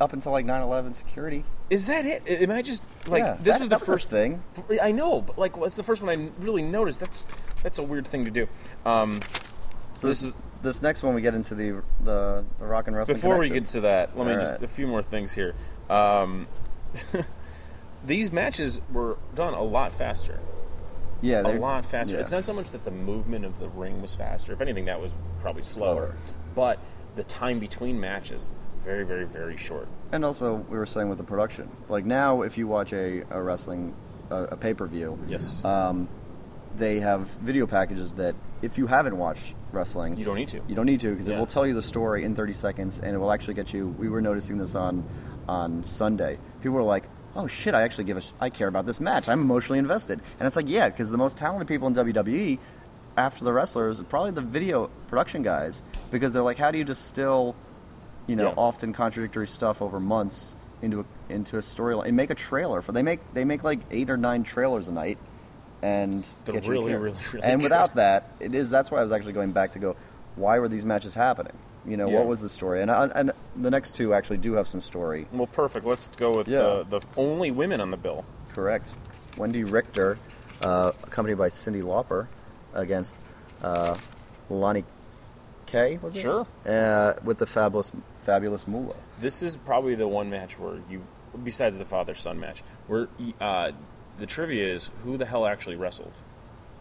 up until like 9/11 security. is that it? Am I just like Yeah, this that- was the that a first thing. I know, but like that's the first one I really noticed. That's that's a weird thing to do. Um, So this is this next one we get into the the, the rock and wrestling. Before we connection. get to that, let me All just right. a few more things here. Um, these matches were done a lot faster. yeah, a they're- lot faster. yeah. It's not so much that the movement of the ring was faster. If anything, that was probably slower. But the time between matches, very, very, very short. And also, we were saying with the production, like now, if you watch a, a wrestling a, a pay per view, Yes. um, they have video packages that if you haven't watched wrestling, you don't need to. you don't need to because Yeah. it will tell you the story in 30 seconds and it will actually get you we were noticing this on on sunday people were like oh shit i actually give a sh- i care about this match i'm emotionally invested and it's like yeah because the most talented people in wwe after the wrestlers are probably the video production guys because they're like how do you distill you know Yeah. often contradictory stuff over months into a, into a storyline and make a trailer for they make they make like eight or nine trailers a night and They're get you to really, care. really, really and good. without that it is that's why i was actually going back to go why were these matches happening you know Yeah. what was the story and uh, and the next two actually do have some story Well, perfect. Let's go with Yeah. the, the only women on the bill. correct wendy richter uh, accompanied by cindy lauper against uh, lonnie Kay, was it Sure. uh, with the fabulous fabulous moolah This is probably the one match where you, besides the father son match, where uh, the trivia is who the hell actually wrestled.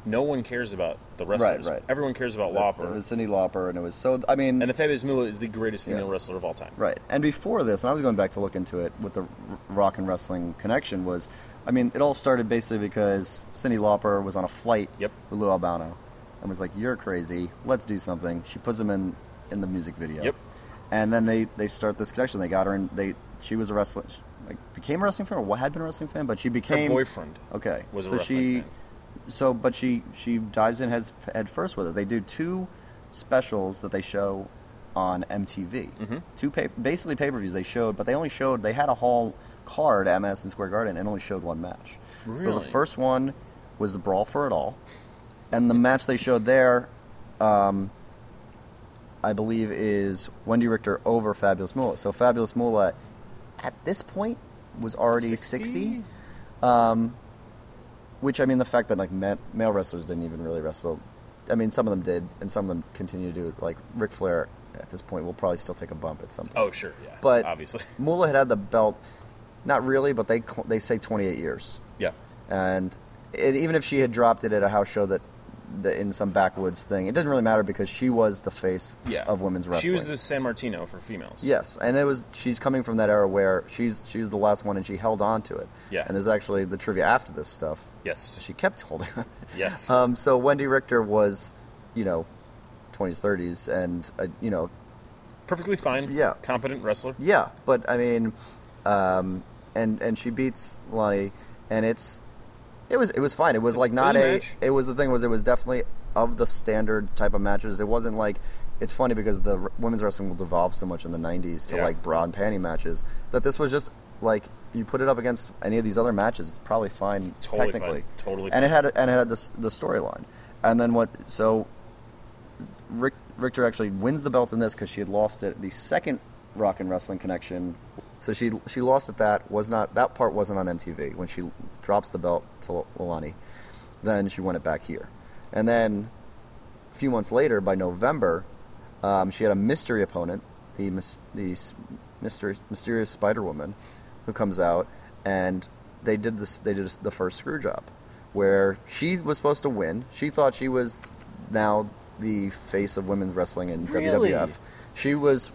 No one cares about the wrestlers. right. Everyone cares about it Lauper. was cindy lauper and it was so i mean and the Fabulous Moolah is the greatest female Yeah. wrestler of all time. Right. And before this, and I was going back to look into it with the r- rock and wrestling connection was, I mean, it all started basically because Cindy Lauper was on a flight Yep. with Lou Albano and was like, "You're crazy. Let's do something." She puts him in in the music video. Yep. And then they they start this connection. They got her and they she was a wrestler, like became a wrestling fan or what had been a wrestling fan, but she Her became boyfriend. Okay. was a so wrestling she, fan. so but she she dives in head head first with it. They do two specials that they show on MTV. Mm-hmm. Two pay, basically pay per views they showed, but they only showed they had a hall card at Madison Square Garden and only showed one match. So the Really? first one was the Brawl for It All, and the match they showed there. Um, I believe is Wendy Richter over Fabulous Moolah. So Fabulous Moolah, at this point, was already 60 which I mean, the fact that like ma- male wrestlers didn't even really wrestle. I mean, some of them did, and some of them continue to. Like Ric Flair, at this point, will probably still take a bump at some point. Oh, sure. Yeah. but obviously. Moolah had had the belt, not really, but they cl- they say 28 years, Yeah. and it, even if she had dropped it at a house show that, that in some backwoods thing, it doesn't really matter because she was the face Yeah. of women's wrestling. She was the San Martino for females. Yes, and it was she's coming from that era where she's she's the last one and she held on to it. Yeah. And there's actually the trivia after this stuff. Yes. She kept holding on. Yes. Um, so Wendy Richter was, you know, 20s, 30s, and uh, you know, Perfectly fine. yeah. Competent wrestler. yeah. But I mean, um, and and she beats Lonnie, and it's it was it was fine. It was like not Pretty a. much. It was the thing was it was definitely of the standard type of matches. It wasn't like. It's funny because the r- women's wrestling will devolve so much in the 90s to Yeah. like bra and panty matches that this was just Like you put it up against any of these other matches, it's probably fine Totally technically. fine. Totally And it fine. had and it had this the storyline, and then what? So Rick, Richter actually wins the belt in this because she had lost it the second Rock and Wrestling Connection. So she she lost at that was not that part wasn't on MTV when she drops the belt to Lilani. Then she won it back here, and then a few months later, by November, um, she had a mystery opponent, the mys- the s- mystery, mysterious Spider Woman, who comes out, and they did this. They did this, the first screw job, where she was supposed to win. She thought she was now the face of women's wrestling in WWF. Really? She was.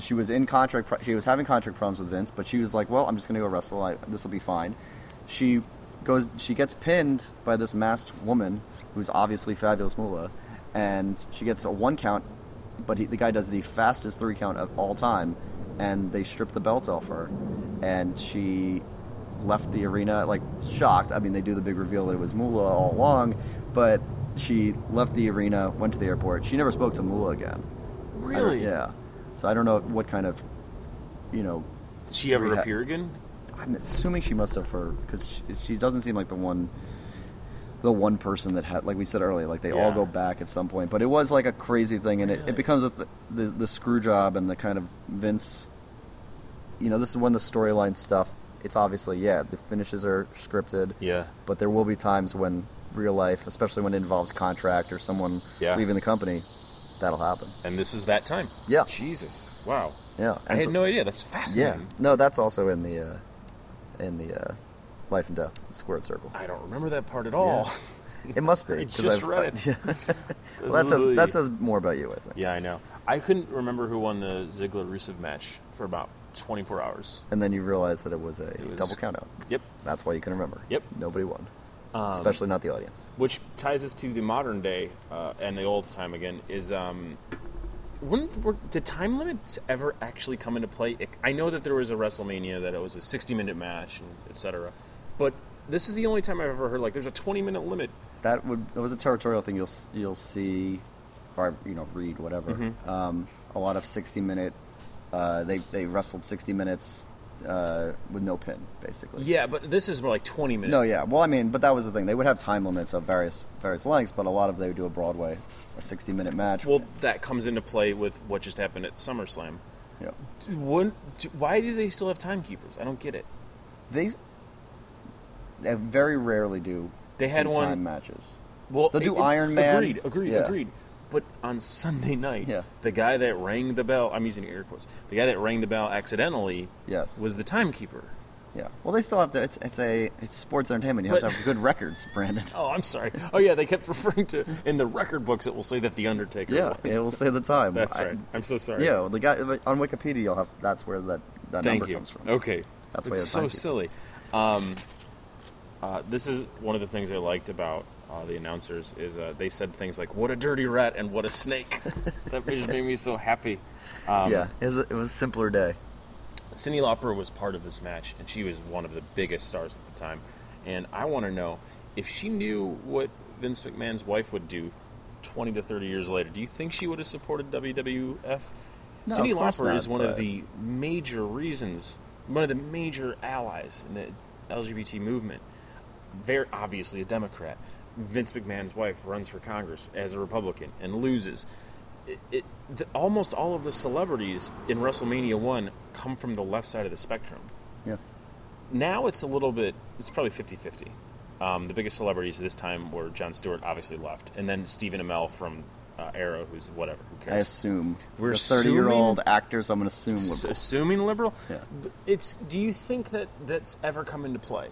She was in contract. pro- She was having contract problems with Vince, but she was like, "Well, I'm just going to go wrestle. I, this will be fine." She goes. She gets pinned by this masked woman who's obviously fabulous Moolah, and she gets a one count. But he, the guy does the fastest three count of all time, and they strip the belt off her, and she left the arena like shocked. I mean, they do the big reveal that it was Moolah all along, but she left the arena, went to the airport. She never spoke to Moolah again. I don't- Really? Yeah. So I don't know what kind of, you know, Did she ever Rehab. appear again? I'm assuming she must have for because she, she doesn't seem like the one, the one person that had like we said earlier, like they all Yeah. go back at some point. But it was like a crazy thing, and it, it becomes a th- the the screw job and the kind of Vince. You know, this is when the storyline stuff. It's obviously yeah, the finishes are scripted. Yeah. But there will be times when real life, especially when it involves contract or someone Yeah. leaving the company, that'll happen. And this is that time. Yeah. Jesus. Wow. Yeah. I And had so- no idea. That's Yeah. fascinating. No, that's also in the uh, in the uh, life and death squared circle. I don't remember that part at all. It must be. I 'cause just read it. yeah. well, that says Absolutely. that says more about you, I think. Yeah, I know. I couldn't remember who won the Ziggler Rusev match for about 24 hours. And then you realize that it was a was- double countout. Yep. That's why you can remember. Yep. Um, Nobody won, especially not the audience. Which ties us to the modern day uh, and the old time again is um, when were, did time limits ever actually come into play? It- I know that there was a WrestleMania that it was a 60 minute match and etc. But this is the only time I've ever heard like there's a 20 minute limit. That would that was a territorial thing. You'll s- you'll see, or you know, read whatever. Mm-hmm. Um, a lot of sixty minute. Uh, they they wrestled sixty minutes uh, with no pin, basically. Yeah, but this is more like 20 minutes. No, yeah. Well, I mean, but that was the thing. They would have time limits of various various lengths, but a lot of they would do a Broadway, a sixty minute match. Well, that comes into play with what just happened at SummerSlam. yeah. When, why do they still have timekeepers? I don't get it. they they very rarely do. They had full-time one- matches. Well, They'll do it- it- Iron Man. Agreed, agreed, Yeah. agreed. But on Sunday night, Yeah. the guy that rang the bell, I'm using air quotes, the guy that rang the bell accidentally Yes. was the timekeeper. Yeah. Well, they still have to. It's it's a it's sports entertainment. You have But- to have good records, Brandon. Oh, I'm sorry. Oh, yeah, they kept referring to, in the record books, it will say that The Undertaker yeah. won. It will say the time. That's I- right. I'm so sorry. Yeah. well, The guy on Wikipedia, you'll have. That's where that that Thank number you. comes from. Okay. That's why it's it's so timekeeper. silly. Um, uh, this is one of the things I liked about uh, the announcers is uh, they said things like "What a dirty rat" and "What a snake." that just made me so happy. Um, yeah. It was, a- it was a simpler day. Cindy Lauper was part of this match, and she was one of the biggest stars at the time. And I want to know if she knew what Vince McMahon's wife would do 20 to 30 years later, do you think she would have supported WWF? No, Cindy of course Lauper not, is one of but- the major reasons, one of the major allies in the LGBT movement. Very obviously a Democrat. Vince McMahon's wife runs for Congress as a Republican and loses it, it the, almost all of the celebrities in WrestleMania one come from the left side of the spectrum. Yeah. Now it's a little bit. It's probably 50-50. Um, the biggest celebrities this time were John Stewart, obviously left, and then Stephen Amell from uh, Arrow, who's whatever. Who I cares? assume We're He's a thirty-year-old actor, so I'm going to assume S- liberal. assuming liberal. Yeah. But It's. Do you think that that's ever come into play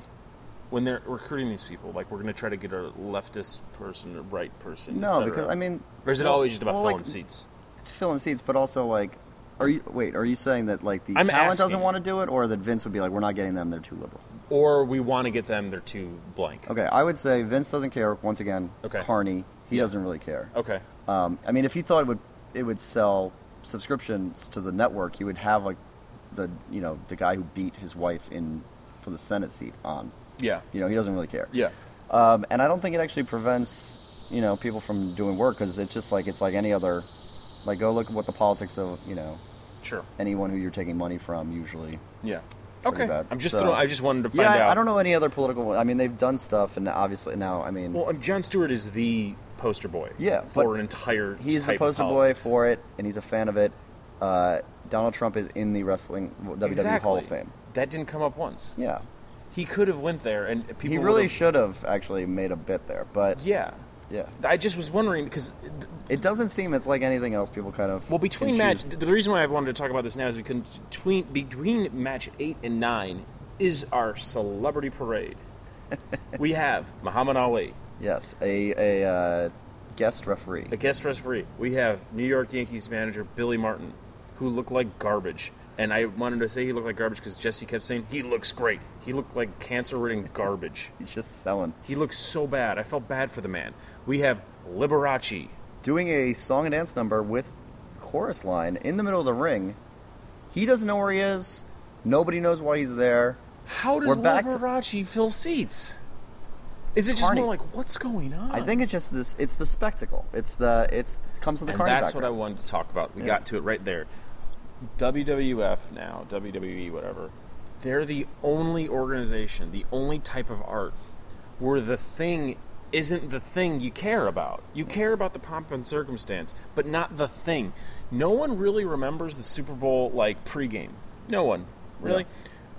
when they're recruiting these people? Like we're going to try to get a leftist person or right person. et No, cetera? because I mean, Or is it well- always just about well, filling like, seats? It's filling seats, but also like, are you wait? Are you saying that like the I'm talent doesn't asking. want to do it, or that Vince would be like, we're not getting them; they're too liberal? Or we want to get them. They're too blank. Okay, I would say Vince doesn't care. Once again, Okay. Carney, he doesn't really care. Okay. Um, I mean, if he thought it would it would sell subscriptions to the network, he would have like the you know the guy who beat his wife in for the Senate seat on. Yeah. You know, he doesn't really care. Yeah. Um, and I don't think it actually prevents you know people from doing work because it's just like it's like any other. Like go look at what the politics of you know Sure. anyone who you're taking money from usually Yeah. pretty Okay. bad. I'm just So- throwing, I just wanted to find yeah, I- out. I don't know any other political. one. I mean, they've done stuff, and obviously now, I mean, Well, and John Stewart is the poster boy. Yeah, but for an entire. he's the type of poster boy politics. for it, and he's a fan of it. Uh, Donald Trump is in the wrestling WWE exactly. E Hall of Fame. That didn't come up once. Yeah, He could have went there, and people. he would really have- should have actually made a bit there, but Yeah, yeah, I just was wondering because it doesn't seem it's like anything else. People kind of Well, between can match, choose. the reason why I wanted to talk about this now is because between between match eight and nine is our celebrity parade. we have Muhammad Ali, yes, a a uh, guest referee. a guest referee. We have New York Yankees manager Billy Martin, who looked like garbage. And I wanted to say he looked like garbage because Jesse kept saying he looks great. He looked like cancer-ridden garbage. He's just selling, He looks so bad. I felt bad for the man. We have Liberace. doing a song and dance number with chorus line in the middle of the ring. He doesn't know where he is. Nobody knows why he's there. How does We're back to- Liberace fill seats? Is it just Carney. more like what's going on? I think it's just this. It's the spectacle. It's the. It's it comes with the And carny that's what I background. wanted to talk about. We got to it right there. WWF now, WWE, whatever. They're the only organization, the only type of art where the thing isn't the thing you care about. You Mm-hmm. care about the pomp and circumstance, but not the thing. No one really remembers the Super Bowl like pregame. No one really.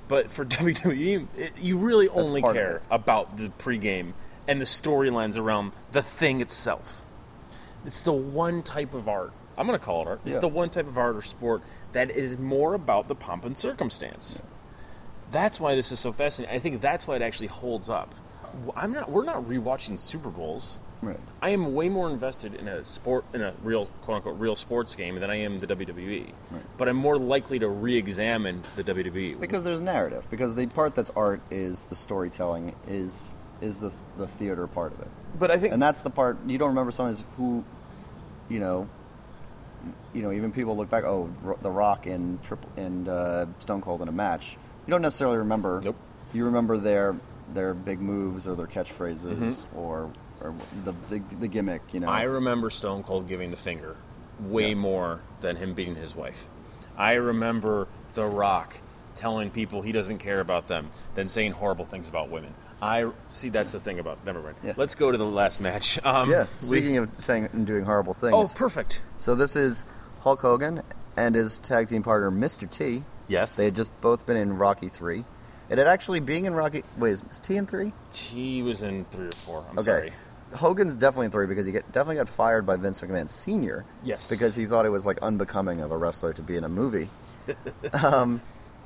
But for WWE, it, you really only part of care it. about the pregame and the storylines around the thing itself. It's the one type of art. I'm going to call it art. It's Yeah. the one type of art or sport that is more about the pomp and circumstance. That's why this is so fascinating. I think that's why it actually holds up. W- I'm not. We're not rewatching Super Bowls. Right. I am way more invested in a sport in a real quote unquote real sports game than I am the WWE. But I'm more likely to re-examine the E. WWE because there's narrative. Because the part that's art is the storytelling. Is is the the theater part of it. But I think And that's the part you don't remember. Sometimes who, you know. You know, even people look back. Oh, Ro- The Rock and Triple and uh, Stone Cold in a match. You don't necessarily remember. Nope. You remember their their big moves or their catchphrases or or the, the the gimmick. You know. Mm-hmm. I remember Stone Cold giving the finger way more than him beating his wife. I remember The Rock telling people he doesn't care about them, then saying horrible things about women. I see that's the thing about. Never mind. Yeah. Let's go to the last match. Um, yeah. we- Speaking of saying and doing horrible things. oh, perfect. So this is Hulk Hogan and his tag team partner Mr. T. Yes. They had just both been in Rocky Three. It had actually being in Rocky. Wait, is T in three? He was in three or four. I'm sorry. Hogan's definitely in three because he get, definitely got fired by Vince McMahon Senior. Yes. Because he thought it was like unbecoming of a wrestler to be in a movie. um,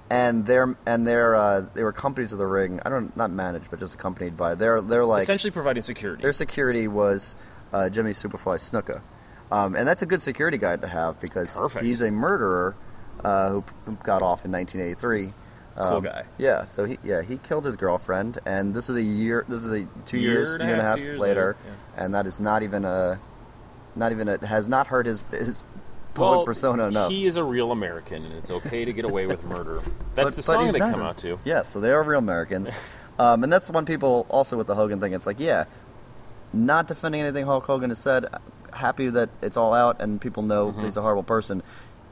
and they're and they're uh, they were accompanied to the ring. I don't not managed, but just accompanied by. They're they're like Essentially providing security. their security was uh, Jimmy Superfly Snuka. Um, and that's a good security guy to have because Perfect. he's a murderer uh, who, who got off in 1983. Um, Cool guy. Yeah, so he yeah he killed his girlfriend, and this is a year. This is a two Year years, and a year and a half, half, two years later, later, and that is not even a, not even a has not hurt his his public Well, persona enough. He is a real American, and it's okay to get away with murder. That's the song he's they not come a- out to. Yeah, so they are real Americans. um, and that's one people also with the Hogan thing. It's like, yeah, not defending anything Hulk Hogan has said. Happy that it's all out and people know Mm-hmm. he's a horrible person.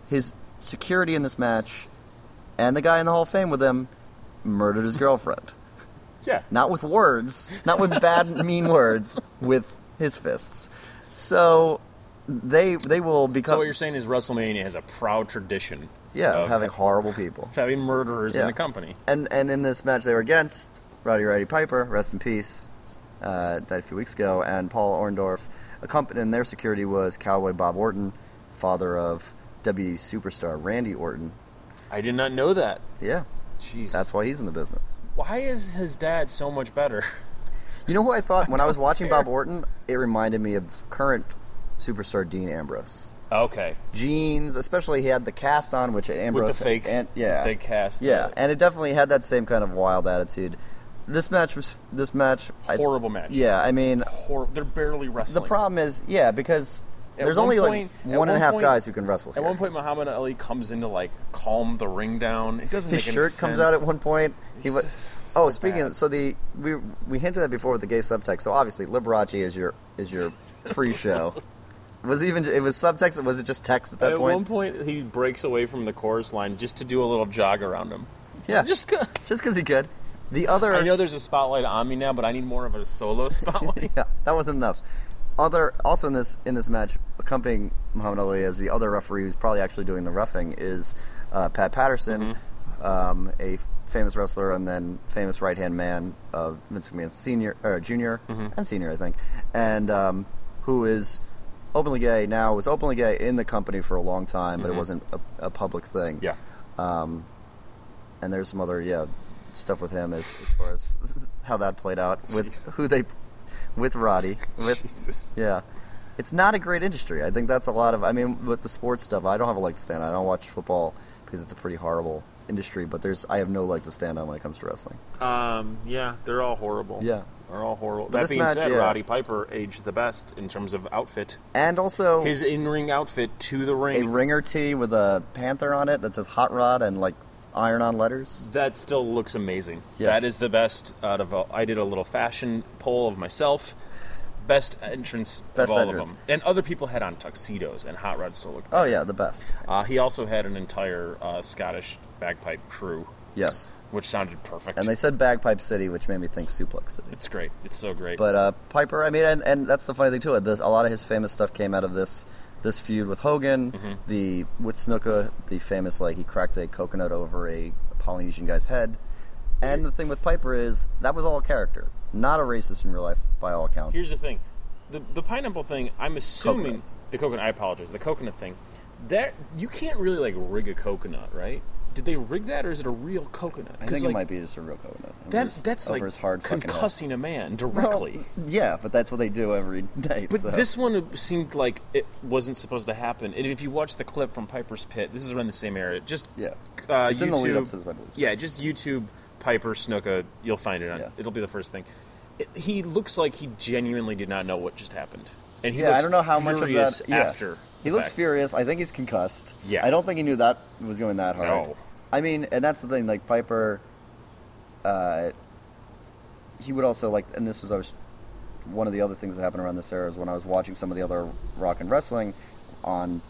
His security in this match and the guy in the Hall of Fame with him murdered his girlfriend. Yeah. Not with words, not with bad, mean words, with his fists. So they they will become So what you're saying is WrestleMania has a proud tradition. yeah of of having horrible people. having murderers in Yeah. the company. And and in this match they were against Roddy Roddy Piper, rest in peace, uh, died a few weeks ago, and Paul Orndorff. Accompanying their security was Cowboy Bob Orton, father of W superstar Randy Orton. I did not know that. Yeah, Jeez. that's why he's in the business. why is his dad so much better? You know who I thought when I was watching Bob Orton, it reminded me of current superstar Dean Ambrose. Okay. Jeans, especially he had the cast on, which Ambrose With the fake and yeah, the fake cast. yeah, the and it definitely had that same kind of wild attitude. This match was this match. I- horrible match. yeah, I mean, Hor- they're barely The wrestling. problem is, yeah, because At there's one only point- at like one and one a half point- guys who can wrestle. At here. one point, Muhammad Ali comes in to like calm the ring down. It doesn't his make any shirt comes sense. out at one point. He It's was. just oh, so speaking bad. of, so the we we hinted at before with the gay subtext. So obviously, Liberace is your is your pre-show. was it even it was subtext? Was it just text at that At point? one point, he breaks away from the chorus line just to do a little jog around him. Yeah, Just go. just because he could. The other, I know there's a spotlight on me now, but I need more of a solo spotlight. yeah, that wasn't enough. Other, also in this in this match, accompanying Muhammad Ali as the other referee who's probably actually doing the roughing is uh, Pat Patterson, um, a famous wrestler and then famous right hand man of Vince McMahon senior, or junior, and senior, I think, and um, who is openly gay now. Was openly gay in the company for a long time, but it wasn't a, a public thing. yeah. Um, and there's some other yeah stuff with him as, as far as how that played out with who they with Roddy with Jesus. yeah. It's not a great industry. I think that's a lot of. I mean, with the sports stuff, I don't have a leg to stand on. I don't watch football because it's a pretty horrible industry. But there's, I have no leg to stand on when it comes to wrestling. Um, yeah, they're all horrible. Yeah. They're all horrible. But that this being match, said, yeah. Roddy Piper aged the best in terms of outfit. And also His in-ring outfit to the a ring. ringer tee with a panther on it that says Hot Rod and like iron-on letters. that still looks amazing. Yeah. That is the best out of. All, I did a little fashion poll of myself. Best entrance of Best all entrance. of them, and other people had on tuxedos, and Hot Rod still looked. Oh yeah, the best. Uh, he also had an entire uh, Scottish bagpipe crew. Yes. which sounded perfect. And they said Bagpipe City, which made me think Suplex City. it's great. It's so great. But uh, Piper, I mean, and, and that's the funny thing too. This, a lot of his famous stuff came out of this this feud with Hogan, Mm-hmm. the with Snuka, the famous like he cracked a coconut over a Polynesian guy's head. And the thing with Piper is that was all character, not a racist in real life by all accounts. Here's the thing, the the pineapple thing. I'm assuming the coconut. I apologize. The coconut thing. That you can't really like rig a coconut, right? Did they rig that, or is it a real coconut? I think like, it might be just a real coconut. over That, his- that's over like his hard fucking head. concussing a man Well, directly. yeah, but that's what they do every day. But so- this one seemed like it wasn't supposed to happen. And if you watch the clip from Piper's Pit, this is around the same area. Just yeah, uh, YouTube, It's in the lead up to this, I believe. Yeah, just YouTube Piper Snuka. You'll find it on. Yeah. It'll be the first thing. It, he looks like he genuinely did not know what just happened, and he yeah, looks I don't know how much of furious that. Yeah. after. he the looks fact. furious. I think he's concussed. Yeah. I don't think he knew that was going that hard. No. I mean, and that's the thing. Like Piper, uh, he would also like, and this was I was one of the other things that happened around this era is when I was watching some of the other rock and wrestling on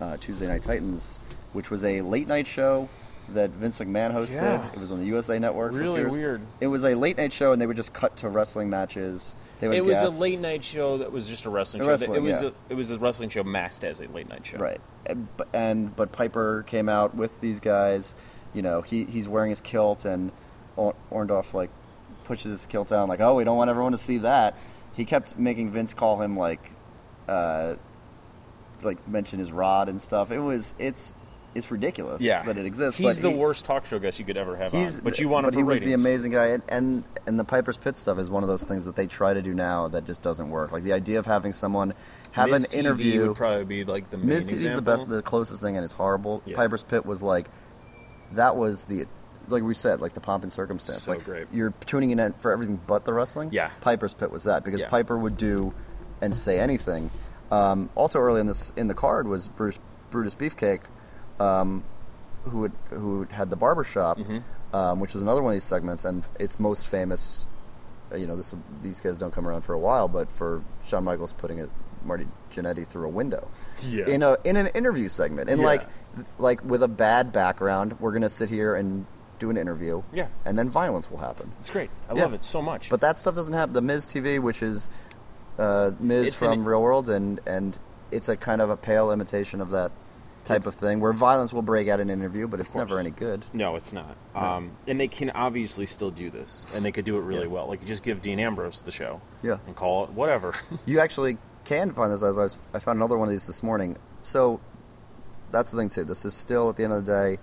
uh, Tuesday Night Titans, which was a late night show that Vince McMahon hosted. Yeah. It was on the USA Network. for a few Really years. weird. It was a late night show, and they would just cut to wrestling matches. They would It was a guess. late night show that was just a wrestling A show. wrestling, it was yeah. a, it was a wrestling show masked as a late night show. Right. And, b- and but Piper came out with these guys. You know, he he's wearing his kilt, and Or- Orndorff like pushes his kilt down, like, oh, we don't want everyone to see that. He kept making Vince call him like, uh, like mention his rod and stuff. It was it's it's ridiculous. Yeah, that it exists. He's but the he- worst talk show guest you could ever have He's, on. But you want him but for he ratings. was the amazing guy, and, and and the Piper's Pit stuff is one of those things that they try to do now that just doesn't work. Like the idea of having someone have Miz an TV interview, would probably be like the main Miz TV's the example. best, the closest thing, and it's horrible. Yeah. Piper's Pit was like, that was the, like we said, like the pomp and circumstance. So like great. you're tuning in for everything but the wrestling. Yeah. Piper's Pit was that because Yeah. Piper would do and say anything. Um, also early in this in the card was Bruce, Brutus Beefcake, um, who had, who had the barber shop, Mm-hmm. um, which was another one of these segments, and its most famous uh, you know, this these guys don't come around for a while, but for Shawn Michaels putting a Marty Jannetty through a window, Yeah. in a in an interview segment, and Yeah. like like with a bad background, we're gonna sit here and do an interview, Yeah. and then violence will happen. It's great. I Yeah. love it so much. But that stuff doesn't happen. The Miz TV, which is uh, Miz It's an- from Real World, and and it's a kind of a pale imitation of that type of thing where violence will break out in an interview, but it's never course. any good. No, it's not. Um, and they can obviously still do this, and they could do it really Yeah. well. Like just give Dean Ambrose the show, Yeah. and call it whatever. You actually can find this. As I, was, I found another one of these this morning. So that's the thing too. This is still at the end of the day.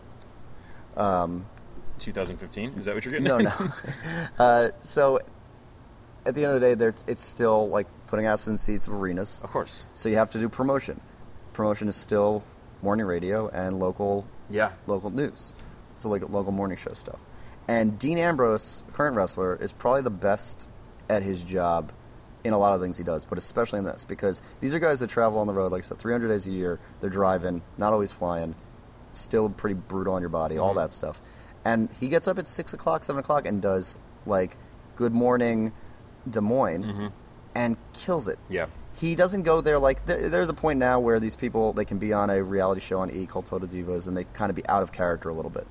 Um, 2015. Is that what you're getting? no, at? no. uh, so at the end of the day, there it's still like putting us in seats of arenas. of course. So you have to do promotion. Promotion is still morning radio and local Yeah. local news. So like local morning show stuff. And Dean Ambrose, current wrestler, is probably the best at his job in a lot of things he does, but especially in this because these are guys that travel on the road, like I said, 300 days a year. They're driving, not always flying. Still pretty brutal on your body, all that stuff. And he gets up at six o'clock, seven o'clock, and does like "Good Morning, Des Moines," and kills it Yeah. he doesn't go there like there, there's a point now where these people they can be on a reality show on E called Total Divas and they kind of be out of character a little bit.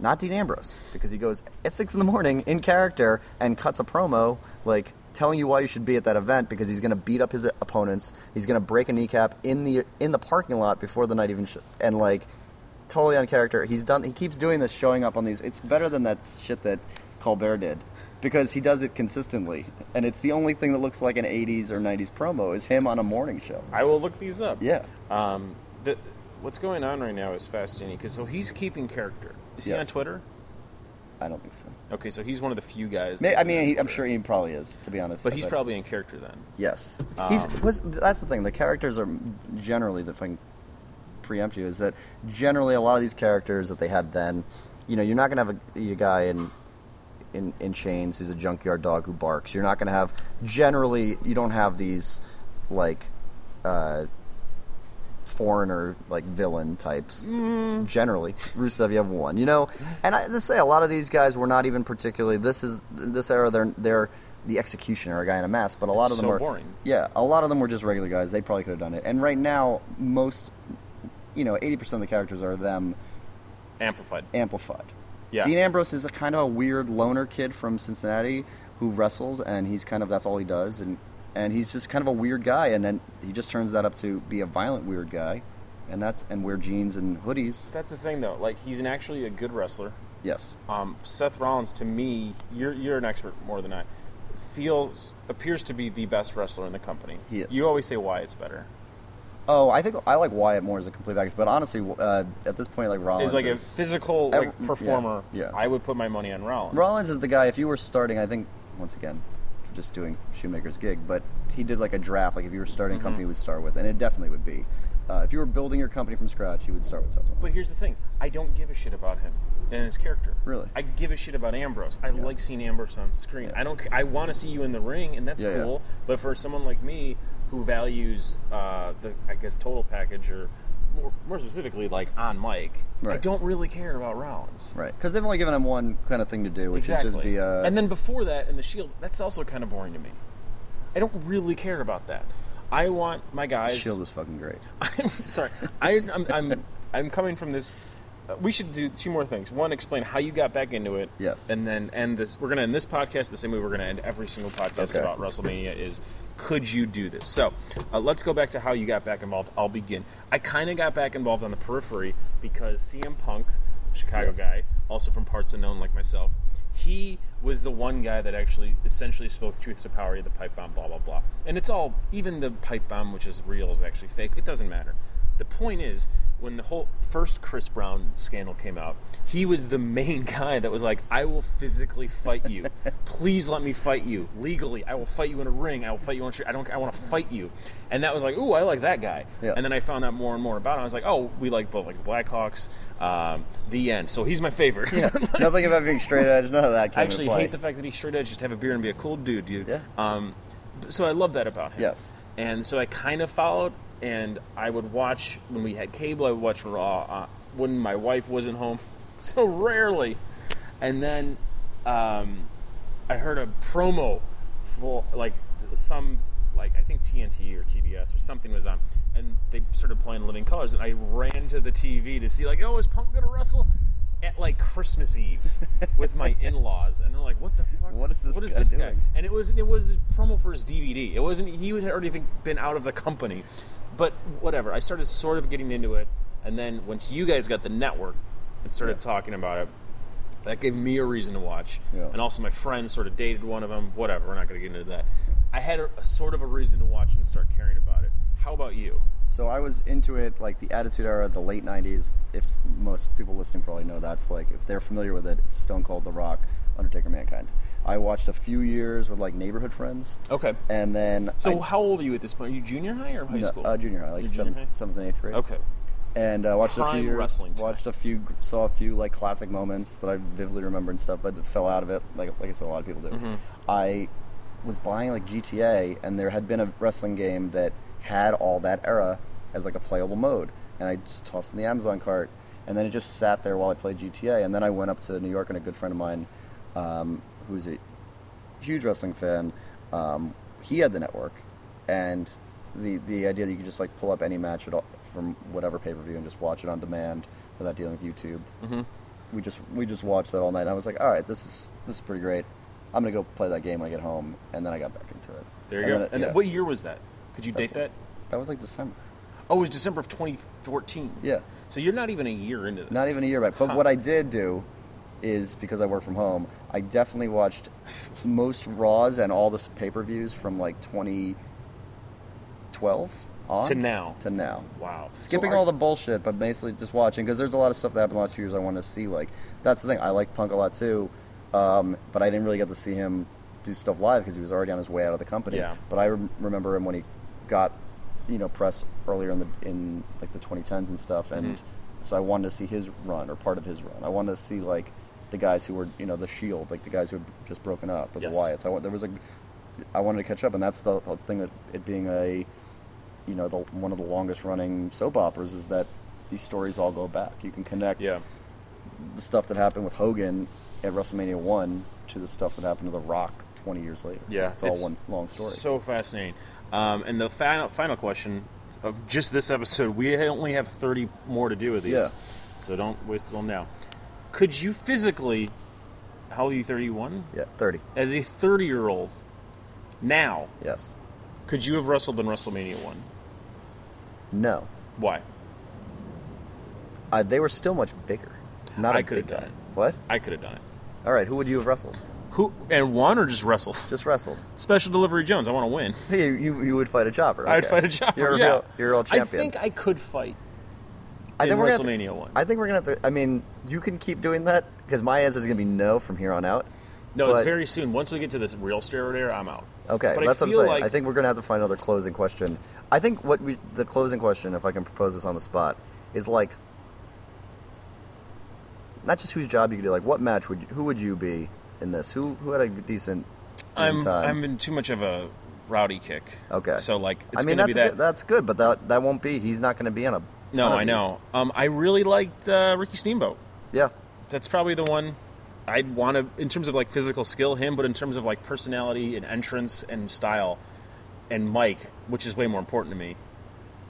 not Dean Ambrose, because he goes at six in the morning in character and cuts a promo like telling you why you should be at that event because he's going to beat up his opponents. He's going to break a kneecap in the in the parking lot before the night even shits, and like totally on character. He's done. He keeps doing this, showing up on these. It's better than that shit that Colbert did because he does it consistently, and it's the only thing that looks like an '80s or '90s promo is him on a morning show. I will look these up. Yeah. Um, the, what's going on right now is fascinating because so he's keeping character. Is he Yes. on Twitter? I don't think so. Okay, so he's one of the few guys. May, that's I on mean, he, I'm Twitter. sure he probably is, to be honest. But he's probably in character then. yes. Um, he's was, that's the thing. The characters are generally the thing. Preempt you is that generally a lot of these characters that they had then, you know, you're not gonna have a, a guy in in in chains who's a junkyard dog who barks. You're not gonna have generally you don't have these like uh, foreigner like villain types. Generally, Rusev, you have one. You know, and I to say a lot of these guys were not even particularly. This is this era. They're they're the executioner, a guy in a mask, but a lot of them So are boring. Yeah, a lot of them were just regular guys. They probably could have done it. And right now, most you know, eighty percent of the characters are them Amplified. amplified. Yeah. Dean Ambrose is a kind of a weird loner kid from Cincinnati who wrestles, and he's kind of that's all he does, and and he's just kind of a weird guy, and then he just turns that up to be a violent weird guy, and that's and wear jeans and hoodies. That's the thing though. Like he's an actually a good wrestler. Yes, Um, Seth Rollins, to me, you're you're an expert more than I. Feels appears to be the best wrestler in the company. He is. You always say Wyatt's better. Oh, I think I like Wyatt more as a complete package, but honestly, uh, at this point, like Rollins Is like a is, physical Every- like performer. yeah, yeah. I would put my money on Rollins. Rollins is the guy. If you were starting, I think once again, just doing Shoemaker's gig, but he did like a draft. Like if you were starting Mm-hmm. a company, you would start with, and it definitely would be. Uh, if you were building your company from scratch, you would start with Seth Rollins. But here's the thing: I don't give a shit about him and his character. Really? I give a shit about Ambrose. I like seeing Ambrose on screen. I don't. ca- I want to see you in the ring, and that's Yeah, yeah. cool. But for someone like me who values uh, the, I guess, total package, or more, more specifically, like on mic, I Right. don't really care about Rollins. Right, because they've only given him one kind of thing to do, which Exactly. is just be uh, a. and then before that, in the Shield, that's also kind of boring to me. I don't really care about that. I want my guys. Shield was fucking great. I'm sorry. I, I'm, I'm, I'm coming from this. uh, We should do two more things. One, explain how you got back into it. Yes. And then end this. We're going to end this podcast the same way we're going to end every single podcast Okay. about WrestleMania is could you do this? So uh, let's go back to how you got back involved. I'll begin. I kind of got back involved on the periphery because CM Punk, Chicago Yes. guy, also from parts unknown like myself, he was the one guy that actually essentially spoke truth to power, the pipe bomb, blah, blah, blah. And it's all, even the pipe bomb, which is real, is actually fake. It doesn't matter. The point is, when the whole first Chris Brown scandal came out, he was the main guy that was like, I will physically fight you. Please let me fight you legally. I will fight you in a ring. I will fight you on street. I don't. I want to fight you. And that was like, ooh, I like that guy. Yeah. And then I found out more and more about him. I was like, oh, we like both, like the Blackhawks. Um, the end. So he's my favorite. Nothing about being straight edge. None of that. Came I actually into play. hate the fact that he's straight edge. Just have a beer and be a cool dude, dude. Yeah. Um, b- so I love that about him. Yes. And so I kind of followed, and I would watch when we had cable. I would watch Raw uh, when my wife wasn't home, so rarely. And then um, I heard a promo for like some like I think TNT or TBS or something was on, and they started playing Living Colors, and I ran to the TV to see like, oh, is Punk gonna wrestle? At like Christmas Eve with my in-laws, and they're like, "What the fuck? What is this What is guy this guy?" doing? and it was it was his promo for his DVD. It wasn't he had already been- been out of the company, but whatever. I started sort of getting into it, and then when you guys got the network and started talking about it, that gave me a reason to watch. Yeah. And also, my friend sort of dated one of them. Whatever. We're not going to get into that. I had a, a sort of a reason to watch and start caring about it. How about you? So I was into it like the Attitude Era, the late '90s. If most people listening probably know that's like if they're familiar with it, it's Stone Cold, The Rock, Undertaker, Mankind. I watched a few years with like neighborhood friends, Okay. and then Oh. So I, how old are you at this point? Are you junior high or high no, school? uh, junior high, You're like junior seventh, high? seventh and eighth grade. Okay. and uh, watched a Prime few years, wrestling time. watched a few, saw a few like classic moments that I vividly remember and stuff, but fell out of it. Like like I said, a lot of people do. Mm-hmm. I was buying like GTA, and there had been a wrestling game that had all that era as like a playable mode, and I just tossed it in the Amazon cart, and then it just sat there while I played GTA, and then I went up to New York, and a good friend of mine, um, who's a huge wrestling fan. Um, he had the network, and the the idea that you could just like pull Mm-hmm. up any match at all from whatever pay per view and just watch it on demand without dealing with YouTube we just we just watched that all night. And I was like, all right, this is this is pretty great. I'm gonna go play that game when I get home, and then I got back into it. There you And go. then it- and yeah. what year was that? Could you That's date that? That was like December. Oh, it was December of 2014. Yeah, So you're not even a year into this. not even a year back. But what I did do is because I work from home, I definitely watched most Raws and all the pay per views from like 2012 on to now. to now. Wow. Skipping So are- all the bullshit, but basically just watching because there's a lot of stuff that happened the last few years I wanted to see. Like that's the thing. I like Punk a lot too, um, but I didn't really get to see him do stuff live because he was already on his way out of the company. Yeah. But I rem- remember him when he got, you know, press earlier in the in like the 2010s and stuff, and Mm-hmm. so I wanted to see his run or part of his run. I wanted to see like the guys who were you know the Shield, like the guys who had just broken up, with Yes. the Wyatts. I want there was a, I wanted to catch up, and that's the whole thing that it being a you know the one of the longest running soap operas is that these stories all go back. You can connect Yeah. the stuff that happened with Hogan at WrestleMania one to the stuff that happened to The Rock twenty years later. Yeah, it's all it's one long story. So fascinating. Um, and the final final question of just this episode, we only have thirty more to do with these. Yeah. So don't waste them now. Could you physically? How old are you? Thirty-one. yeah, thirty. As a thirty-year-old, now Yes. could you have wrestled in WrestleMania one? No. Why? Uh, they were still much bigger. Not a I could've big done guy. it. What? I could have done it. All right. Who would you have wrestled? Who and one or just wrestle? Just wrestled. Special delivery Jones. I want to win. Hey, you, you would fight a chopper. I'd okay. fight a chopper. You're a yeah. real, you're a real champion. I think I could fight I in think we're gonna have to- WrestleMania one. I think we're gonna have to. I mean, you can keep doing that because my answer is gonna be no from here on out. no, but- it's very soon. Once we get to this real steroid era, I'm out. Okay, But I that's what I'm feel saying. like- I think we're gonna have to find another closing question. I think what we the closing question, if I can propose this on the spot, is like not just whose job you could do. Like, what match would you, who would you be in this? Who who had a decent, decent I'm time? I'm in too much of a rowdy kick. Okay. So like it's I mean, gonna that's be a that. good, that's good, but that that won't be. He's not gonna be on a. no, ton of I know. these. Um, I really liked uh, Ricky Steamboat. Yeah, That's probably the one I'd want to in terms of like physical skill him, but in terms of like personality and entrance and style, and Mike, which is way more important to me.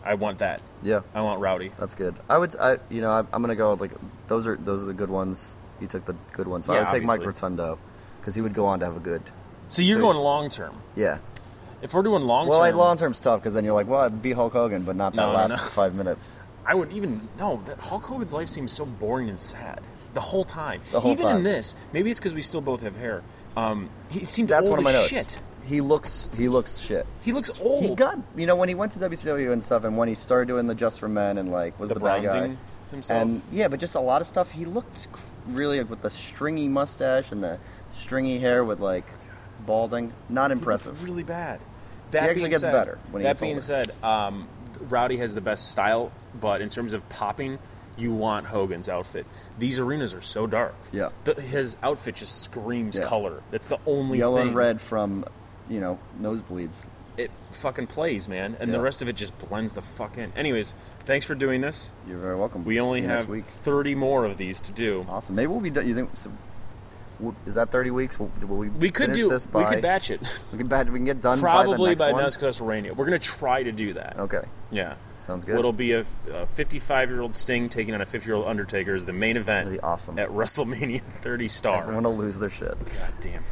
I want that. yeah. I want rowdy. That's good. I would, I, you know, I, I'm gonna go with, like those are those are the good ones. You took the good ones, so I Yeah, would take Mike obviously. Rotundo because he would go on to have a good. So you're So- going long term. Yeah. If we're doing long term, Well, I long term's tough because then you're like, well, I'd be Hulk Hogan, but not that No, no, last no. five minutes. I would even no. That Hulk Hogan's life seems so boring and sad the whole time. The whole even in time. this, maybe it's because we still both have hair. Um, he seemed That's old one of my as notes. shit. He looks, he looks shit. He looks old. He got, you know, when he went to WCW and stuff, and when he started doing the Just for Men and like was the, the, bad guy, bronzing himself. and yeah, but just a lot of stuff. He looked cr- really like, with the stringy mustache and the stringy hair with like balding. Not He looks impressive. really bad. That actually being gets said- better when he that gets being older. said, um, Rowdy has the best style, but in terms of popping, you want Hogan's outfit. These arenas are so dark. Yeah. The, his outfit just screams Yeah. color. That's the only Yellow thing. and red from, you know, nosebleeds. It fucking plays, man, and the Yeah. rest of it just blends the fuck in. Anyways, thanks for doing this. You're very welcome. We only See you have next week. 30 more of these to do. Awesome. Maybe we'll be done. You think? So, w- is that 30 weeks? Will, will we? We could finish do. this we by- could batch it. We can batch. We can get done by the Probably next by one. next WrestleMania. We're gonna try to do that. Okay, Yeah. sounds good. It'll be a a 55 year old Sting taking on a 50 year old Undertaker is the main event That'd be awesome. at WrestleMania 30 Star. Everyone will lose their shit. God damn.